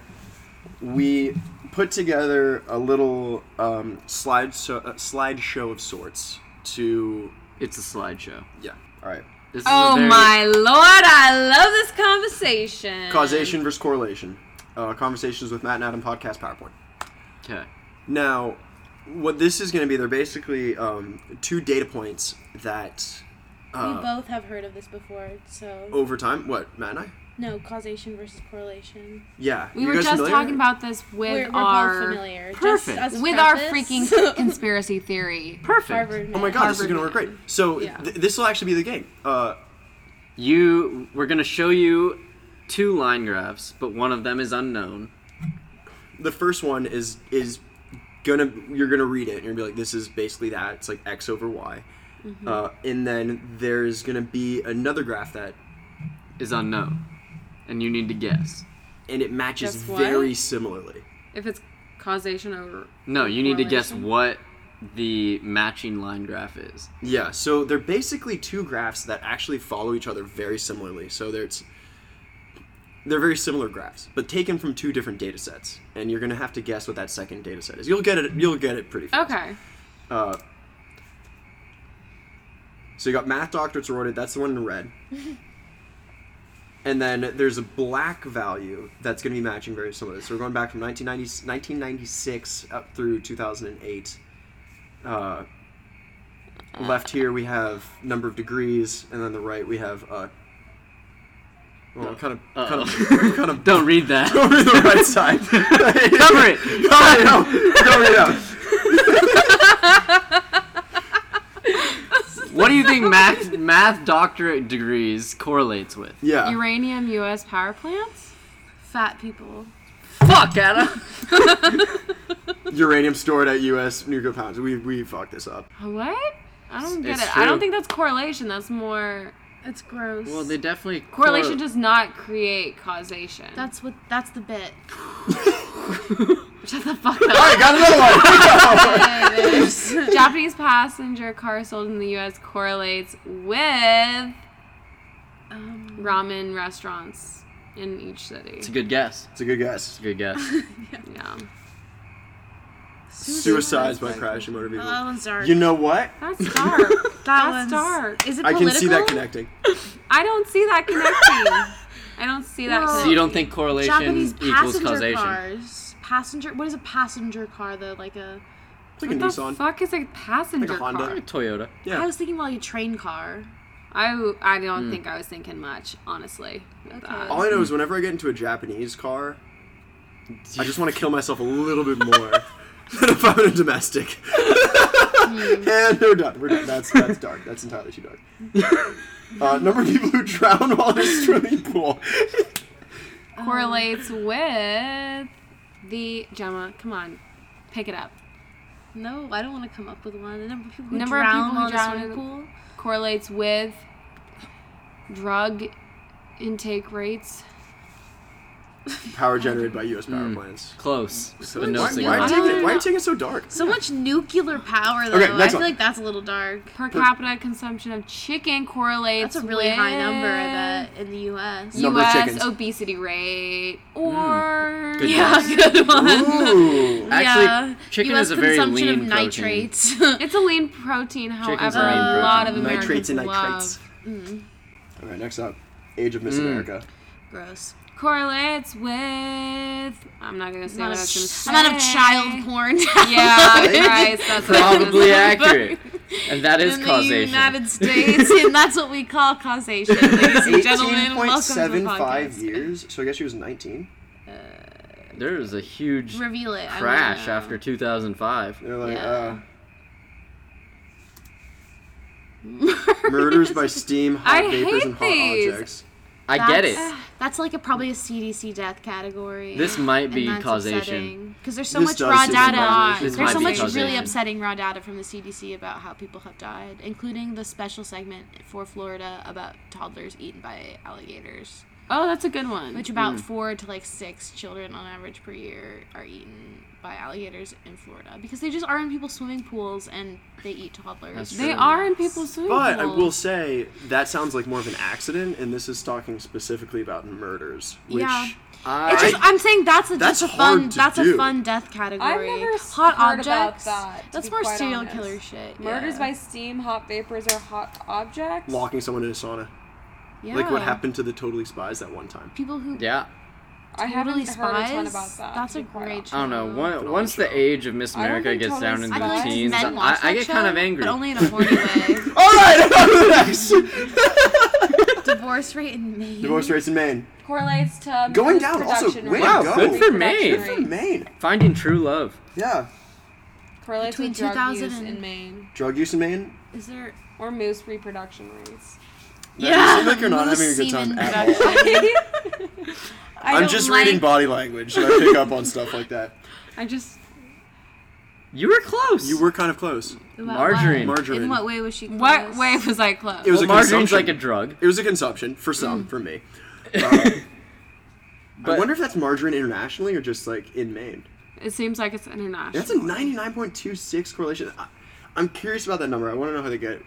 we put together a little um, slide so, uh, slideshow of sorts to. It's a slideshow. Yeah. All right. This is a Oh very- my lord, I love this conversation. Causation versus correlation. Uh, conversations with Matt and Adam podcast PowerPoint. Okay. Now, what this is going to be, they're basically um, two data points that we uh, both have heard of this before, so over time. What Matt and I? no causation versus correlation. Yeah. We you were guys just familiar? talking about this with We're, we're both our familiar. perfect. Just as a with our preface. *laughs* freaking conspiracy theory. Perfect. *laughs* Harvard. Oh my man. god, this is gonna work great. So Yeah. th- this will actually be the game. Uh, You, we're gonna show you two line graphs, but one of them is unknown. the first one is is gonna you're gonna read it and you're gonna be like, this is basically that. It's like x over y, Mm-hmm. uh, and then there's gonna be another graph that Is unknown, and you need to guess. and it matches Guess what? very similarly. If it's causation over No, you need to guess Correlation? what the matching line graph is. Yeah, so they're basically two graphs that actually follow each other very similarly. So there's they're very similar graphs, but taken from two different data sets, and you're gonna have to guess what that second data set is. You'll get it. You'll get it pretty. Fast. Okay. Uh, so you got math doctorates awarded. That's the one in red. and then there's a black value that's going to be matching very similar. So we're going back from 1990, 1996 up through 2008. Uh, left here we have number of degrees, and then the right we have. Uh, well, kind of, kind of, *laughs* kind of. Don't read that. Cover Over the right side. *laughs* Cover it. it up. Cover it up. What do you think math math doctorate degrees correlates with? Yeah. Uranium US power plants? Fat people. Fuck, Adam. uranium stored at U.S. nuclear pounds. We we fucked this up. What? I don't get It's it. I true. don't think that's correlation. That's more That's gross. Well, they definitely correlation does not create causation. that's what. That's the bit. shut *laughs* the fuck All up. right, got another one. *laughs* Japanese passenger car sold in the U.S. correlates with Um, ramen restaurants in each city. It's a good guess. It's a good guess. It's a good guess. *laughs* Yeah, Suicides by crashing motor oh, vehicle. that one's dark. You know what? that's dark. that that's one's dark. Is it I political? can see that connecting. *laughs* I don't see that *laughs* connecting. I don't see that. Well, so you don't think correlation Japanese equals passenger causation? cars. Passenger. What is a passenger car though? Like a. It's like a What the Nissan. fuck is a passenger Like a Honda? car? Toyota. I Yeah. was thinking like a train car. I I don't Hmm. think I was thinking much, honestly. With that. All I know is whenever I get into a Japanese car, I just want to kill myself a little bit more than if I'm in a domestic. and we're done. We're done. That's that's dark. That's entirely too dark. Uh, number of people who drown while in a swimming pool. correlates with the Gemma. Come on, pick it up. No, I don't want to come up with one. The number of people who Number of drown people who on a drown swimming in- pool. Correlates with drug intake rates. power generated by U.S. power plants. Close. So but no why, signal. why, are you taking it, why are you taking it so dark? So much nuclear power, though. Okay, next I feel one. like that's a little dark. per capita consumption of chicken correlates. That's a really high number with that in the U.S. No. Number of chickens. U.S. obesity rate or Good Yeah, good one. Ooh. Actually, yeah. chicken US is a very consumption lean protein. of nitrates. *laughs* It's a lean protein, however, are lean a lot of protein. Americans Nitrates and love. nitrates. Mm. All right, next up, Age of Miss America. Gross. Correlates with. I'm not gonna say what I Amount was gonna of, say. amount of child porn. Yeah, right. That's what I was gonna *laughs* Probably say. accurate. And that is in the causation. United States, and that's what we call causation, ladies and gentlemen. Welcome to the podcast. 18.75 years. So I guess she was 19. There was a huge Reveal it. I wanna crash know. after 2005. They're like, *laughs* Yeah. uh, murders by steam, hot I vapors, hate and hot these. objects. I get *sighs* it. That's- That's like a probably a CDC death category. This might be causation. because there's so This much does raw seem like data. causation. This there's might so be much really causation. upsetting raw data from the CDC about how people have died, including the special segment for Florida about toddlers eaten by alligators, Oh, that's a good one. which Hmm. about four to like six children on average per year are eaten by alligators in Florida because they just are in people's swimming pools and they eat toddlers. That's they true. are in people's swimming But I pools. will say that sounds like more of an accident, and this is talking specifically about murders, which Yeah. I It's just, I'm saying that's a, That's just a hard fun to that's do. a fun death category. never hot heard about objects. that, to that's be more quite serial honest. killer shit. Murders yeah. by steam, hot vapors, or hot objects. locking someone in a sauna, yeah. like what happened to the Totally Spies that one time. People who Yeah. I haven't totally heard a ton spies. about that. That's to a be quite great. honest. I don't know. Oh, show. One, once the age of Miss I don't America think gets totally down into spies. I feel the like Guys, teens, men I, watch I that get kind of show, angry. But only in a horny way. All right, on to the next. Divorce rate in Maine. Divorce rates in Maine. Correlates to Going mass down, also, production way to rate. Wow, go. good for Maine. Production Good rate. Maine. Finding true love. Yeah. Correlates Between with drug 2000 use and- in Maine Drug use in Maine. Is there? or moose reproduction rates. Yeah. You seem like you're not Moose having a good time semen at all. production. I I'm don't just like- reading body language, and I pick up on stuff like that. I just You were close. *laughs* You were kind of close. About Margarine. what? Margarine. In what way was she? Close? what way was I close? It was Well, a margarine's consumption. like a drug. It was a consumption for some, for *laughs* me. Uh, I But- wonder if that's margarine internationally or just like in Maine. It seems like it's international. That's a 99.26 correlation. I, I'm curious about that number. I want to know how they get. it.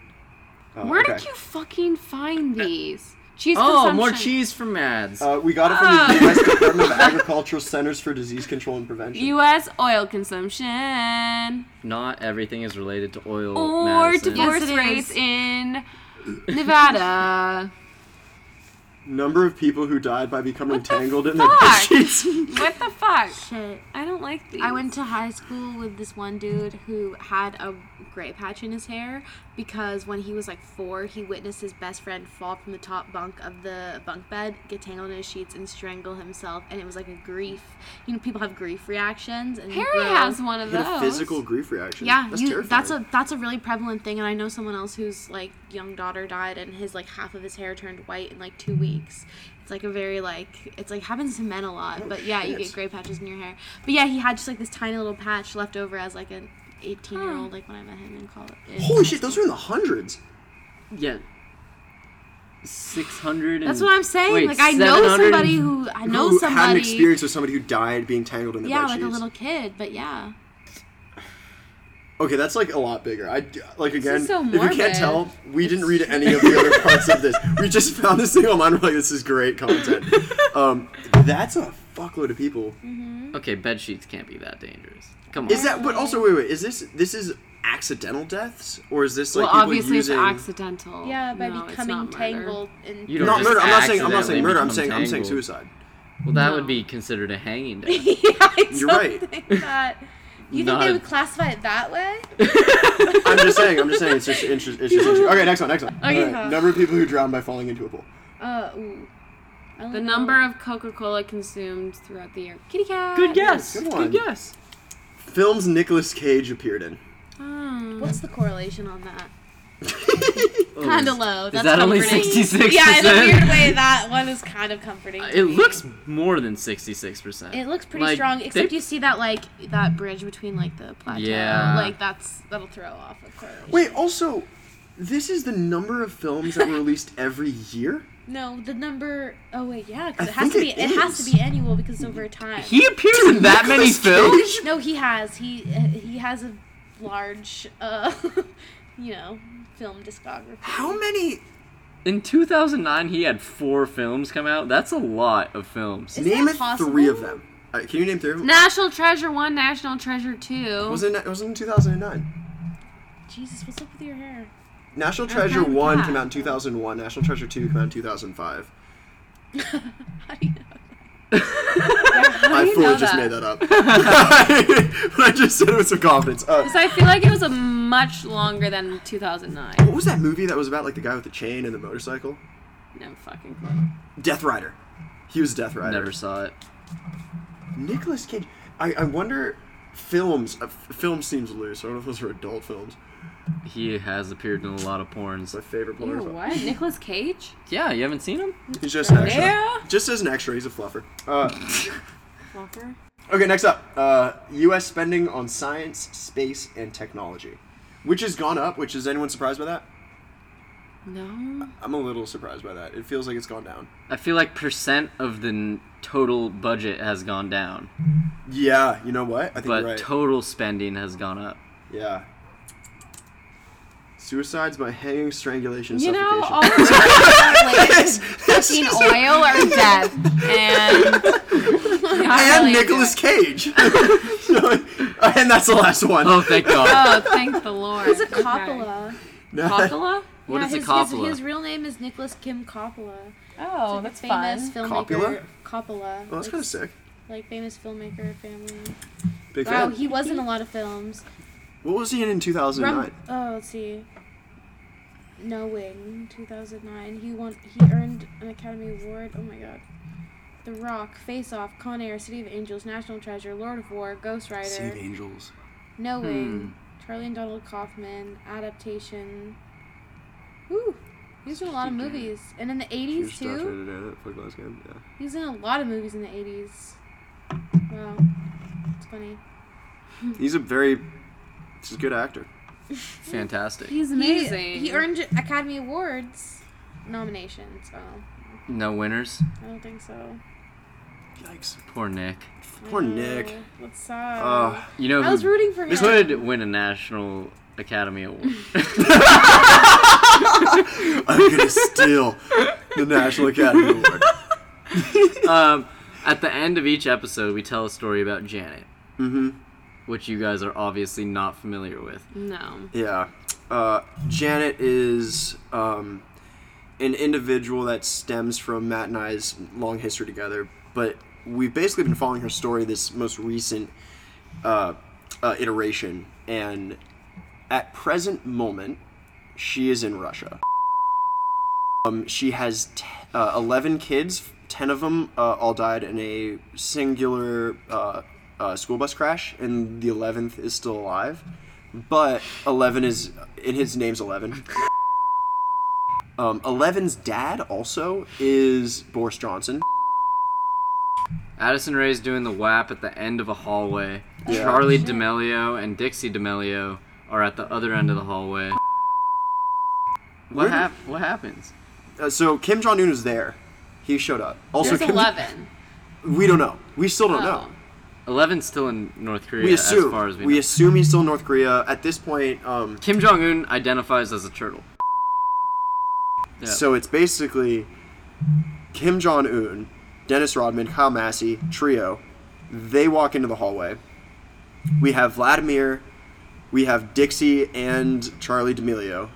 Uh, Where okay. did you fucking find these? Cheese Oh, more consumption. cheese from ads. Uh, we got it from Ah. the U.S. Department of Agricultural Centers for Disease Control and Prevention. U.S. oil consumption Not everything is related to oil. or Madison. divorce Yes, it rates is. in *laughs* Nevada. Number of people who died by becoming the tangled in their bed fuck? *laughs* sheets. what the fuck? Shit. I don't like these. I went to high school with this one dude who had a gray patch in his hair because when he was like four, he witnessed his best friend fall from the top bunk of the bunk bed, get tangled in his sheets, and strangle himself. And it was like a grief. You know, people have grief reactions. And Harry bro, has one of He had those. a physical grief reaction. Yeah, that's you- terrifying. that's a that's a really prevalent thing, and I know someone else whose like young daughter died, and his like half of his hair turned white in like two weeks. It's like a very like it's like happens to men a lot, but yeah, you shit. get gray patches in your hair. But yeah, he had just like this tiny little patch left over as like an eighteen year old, like when I met him in college. Holy shit, those are in the hundreds. yeah. Six hundred. That's what I'm saying. like I know somebody who I know who somebody. had an experience with somebody who died being tangled in the bed yeah, like a sheets. little kid, but yeah. Okay, that's like a lot bigger. I like again. is so if you morbid. can't tell, we didn't read any of the other parts of this. We just found this thing online. We're like, this is great *laughs* content. Um, that's a fuckload of people. Okay, bed sheets can't be that dangerous. Come on. Is that? But also, wait, wait. Is this this is accidental deaths or is this like well, people obviously using? it's accidental. No, it's not murder. in You don't Not just murder. I'm not saying. I'm not accidentally saying murder. I'm become saying. I'm saying tangled. suicide. Well, that would be considered a *laughs* hanging death. yeah, I You're don't right. *laughs* think that. You think Not a- they would classify it that way? I'm just saying. I'm just saying. It's just interesting. It's just interesting. Okay, next one. Next one. All right, Number of people who drowned by falling into a pool. Uh, ooh. I The don't number know. of Coca-Cola consumed throughout the year. Kitty cat. Good guess. Good one. Good guess. Films Nicolas Cage appeared in. Hmm. What's the correlation on that? Oh, Kind is- of low. Is That's that only comforting. sixty-six Yeah, in a weird percent? way, that one is kind of comforting. to It me. looks more than sixty-six percent. It looks pretty like, strong, they- except you see that like that bridge between like the plateau. Yeah. Like that's that'll throw off a *laughs* correlation. Wait, also, this is the number of films that were released every year? No, the number. Oh wait, yeah, because I it has to be. think It, it has to is. be annual because *laughs* over time. He appears in that many films. no, he has. He he has a large, uh, *laughs* you know, film discography. How many? In 2009, he had four films come out. That's a lot of films. Is name that it possible? three of them. Uh, can you name three of them? National Treasure One, National Treasure Two. Was it, it was in 2009. Jesus, what's up with your hair? National Treasure 1 yeah. came out in 2001. National Treasure 2 came out in *laughs* 2005. How do you know? I you fully know just that? made that up. but *laughs* I just said it with some confidence. Uh, So I feel like it was a much longer than 2009. what was that movie that was about like the guy with the chain and the motorcycle? No fucking clue. Death Rider. He was Death Rider. Never saw it. Nicholas Cage. I, I wonder. Films. Uh, f- film seems loose. I don't know if those are adult films. He has appeared in a lot of porns. My favorite You porn. film. what? Nicolas Cage? Yeah, you haven't seen him? He's just an extra. Yeah. Just as an extra, he's a fluffer. Uh, Walker? okay, next up, uh, U.S. spending on science, space, and technology, which has gone up. Which is anyone surprised by that? No. I'm a little surprised by that. It feels like it's gone down. I feel like percent of the n- total budget has gone down, Yeah, you know what? I think but you're right. total spending has gone up. yeah. Suicides by hanging, strangulation, You know, suffocation. all *laughs* like This in is- *laughs* oil or death. And. and Nicolas Nicholas Cage. *laughs* and that's the last one. Oh, *laughs* thank God. Oh, thank the Lord. He's a Okay. Coppola. No, Coppola? What yeah, is his, a coppola? His, his real name is Nicholas Kim Coppola. Oh, Like a that's famous fun. Coppola? filmmaker. Coppola. well, that's like, kind of sick. like famous filmmaker family. Big Wow, fan. he was in a lot of films. what was he in in 2009? Rum- oh, let's see. No Wing, 2009. He won. He earned an Academy Award. Oh my God. The Rock, Face Off, Con Air, City of Angels, National Treasure, Lord of War, Ghost Rider, Sea of Angels. No Wing, Charlie and Donald Kaufman, Adaptation. Woo! He's in a lot of movies, and in the 80s too. He's in a lot of movies in the 80s. Wow, it's funny. He's a very, he's a good actor. Fantastic. He's He- amazing. He, earned Academy Awards nomination, so No winners. I don't think so. Yikes. Poor Nick. Poor No, Nick. That sucks. Uh, You know Oh, I was who rooting for him. could win a National Academy *laughs* Award? I'm gonna steal the National Academy Award. um, at the end of each episode, we tell a story about Janet, Mm-hmm. which you guys are obviously not familiar with. No. Yeah. Uh, Janet is um, an individual that stems from Matt and I's long history together, but we've basically been following her story this most recent uh, uh, iteration, and at present moment, she is in Russia. Um, she has t- uh, 11 kids. 10 of them uh, all died in a singular uh, uh, school bus crash, and the 11th is still alive. But 11 is, in his name's 11. *laughs* Um, 11's dad also is Boris Johnson. Addison Ray's doing the WAP at the end of a hallway. Yeah. Charlie D'Amelio and Dixie D'Amelio are at the other end of the hallway. Where What did- hap- What happens? Uh, so Kim Jong Un was there. He showed up. Also, There's Kim, 11. we don't know. We still don't know. Oh. Eleven's still in North Korea. we assume. as far as we, we know. assume he's still in North Korea. At this point, um, Kim Jong Un identifies as a turtle. Yeah. So it's basically Kim Jong Un, Dennis Rodman, Kyle Massey, trio. They walk into the hallway. We have Vladimir, we have Dixie and Charlie D'Amelio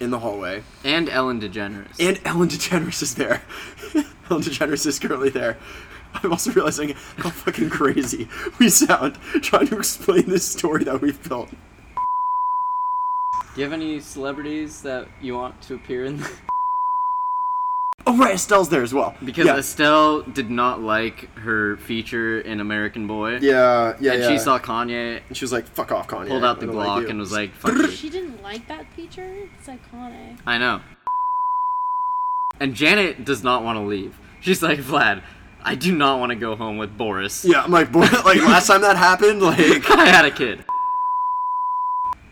in the hallway, and Ellen DeGeneres. and *laughs* Ellen DeGeneres is there. *laughs* Ellen DeGeneres is currently there. I'm also realizing how fucking crazy we sound trying to explain this story that we've built. Do you have any celebrities that you want to appear in? *laughs* Oh right, Estelle's there as well. because yeah, Estelle did not like her feature in American Boy. yeah, yeah, and yeah. she saw Kanye, And she was like, "Fuck off, Kanye." pulled out the I don't like Glock, you." and was like, "Fuck *laughs* you." She didn't like that feature. It's iconic. I know. And Janet does not want to leave. She's like, Vlad, I do not want to go home with Boris. Yeah, I'm like, *laughs* boy, like last time that happened, *laughs* like *laughs* I had a kid.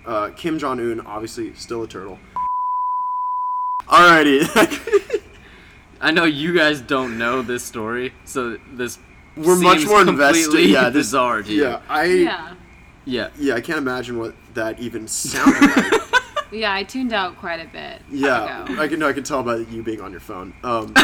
uh, Kim Jong Un, obviously still a turtle. Alrighty, I know you guys don't know this story, so this We're much seems more invested- completely *laughs* yeah, this- bizarre to you. *laughs* Yeah, I yeah. Yeah. yeah. I can't imagine what that even sounded *laughs* like. Yeah, I tuned out quite a bit. yeah, ago. I can no, I can tell by you being on your phone. *laughs* Um,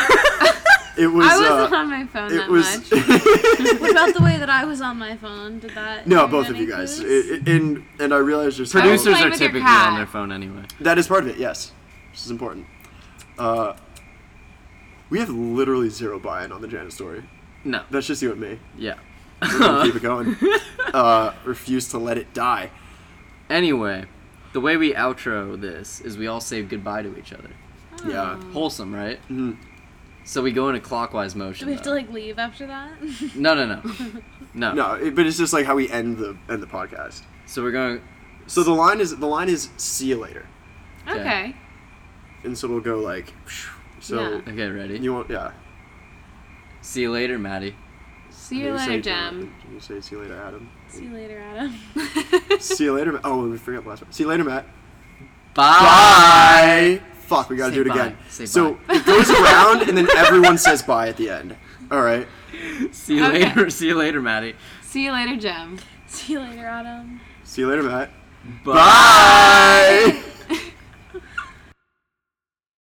it was. I wasn't uh, on my phone it that was. much. *laughs* What about the way that I was on my phone? Did that? no, give both of any you guys. clues? It, it, and and I realized just how- Producers play are with your typically cat. on their phone anyway. That is part of it, yes. This is important. Uh, we have literally zero buy-in on the Janet story. No. That's just you and me. Yeah. We're gonna keep it going. Uh, refuse to let it die. Anyway, the way we outro this is we all say goodbye to each other. Uh, Yeah. Mm. Wholesome, right? Mhm. So we go in a clockwise motion. Do we have to though. like leave after that? no, no, no, no. No, it, but it's just like how we end the end the podcast. So we're going. So the line is the line is see you later, Okay. okay. and so it'll go like. So Okay, ready. you won't. Yeah. See you later, Maddie. See you You say later, Jonathan. Jim. You say see you later, Adam. *laughs* See you later, Adam. *laughs* see you later. Matt. Oh, we forgot the last one. See you later, Matt. Bye. Bye. Fuck, we gotta Say do it bye. again. Say so bye. it goes around, and then everyone says bye at the end. All right. See you Okay. later. *laughs* See you later, Maddie. See you later, Jim. See you later, Adam. See you later, Matt. Bye. Bye.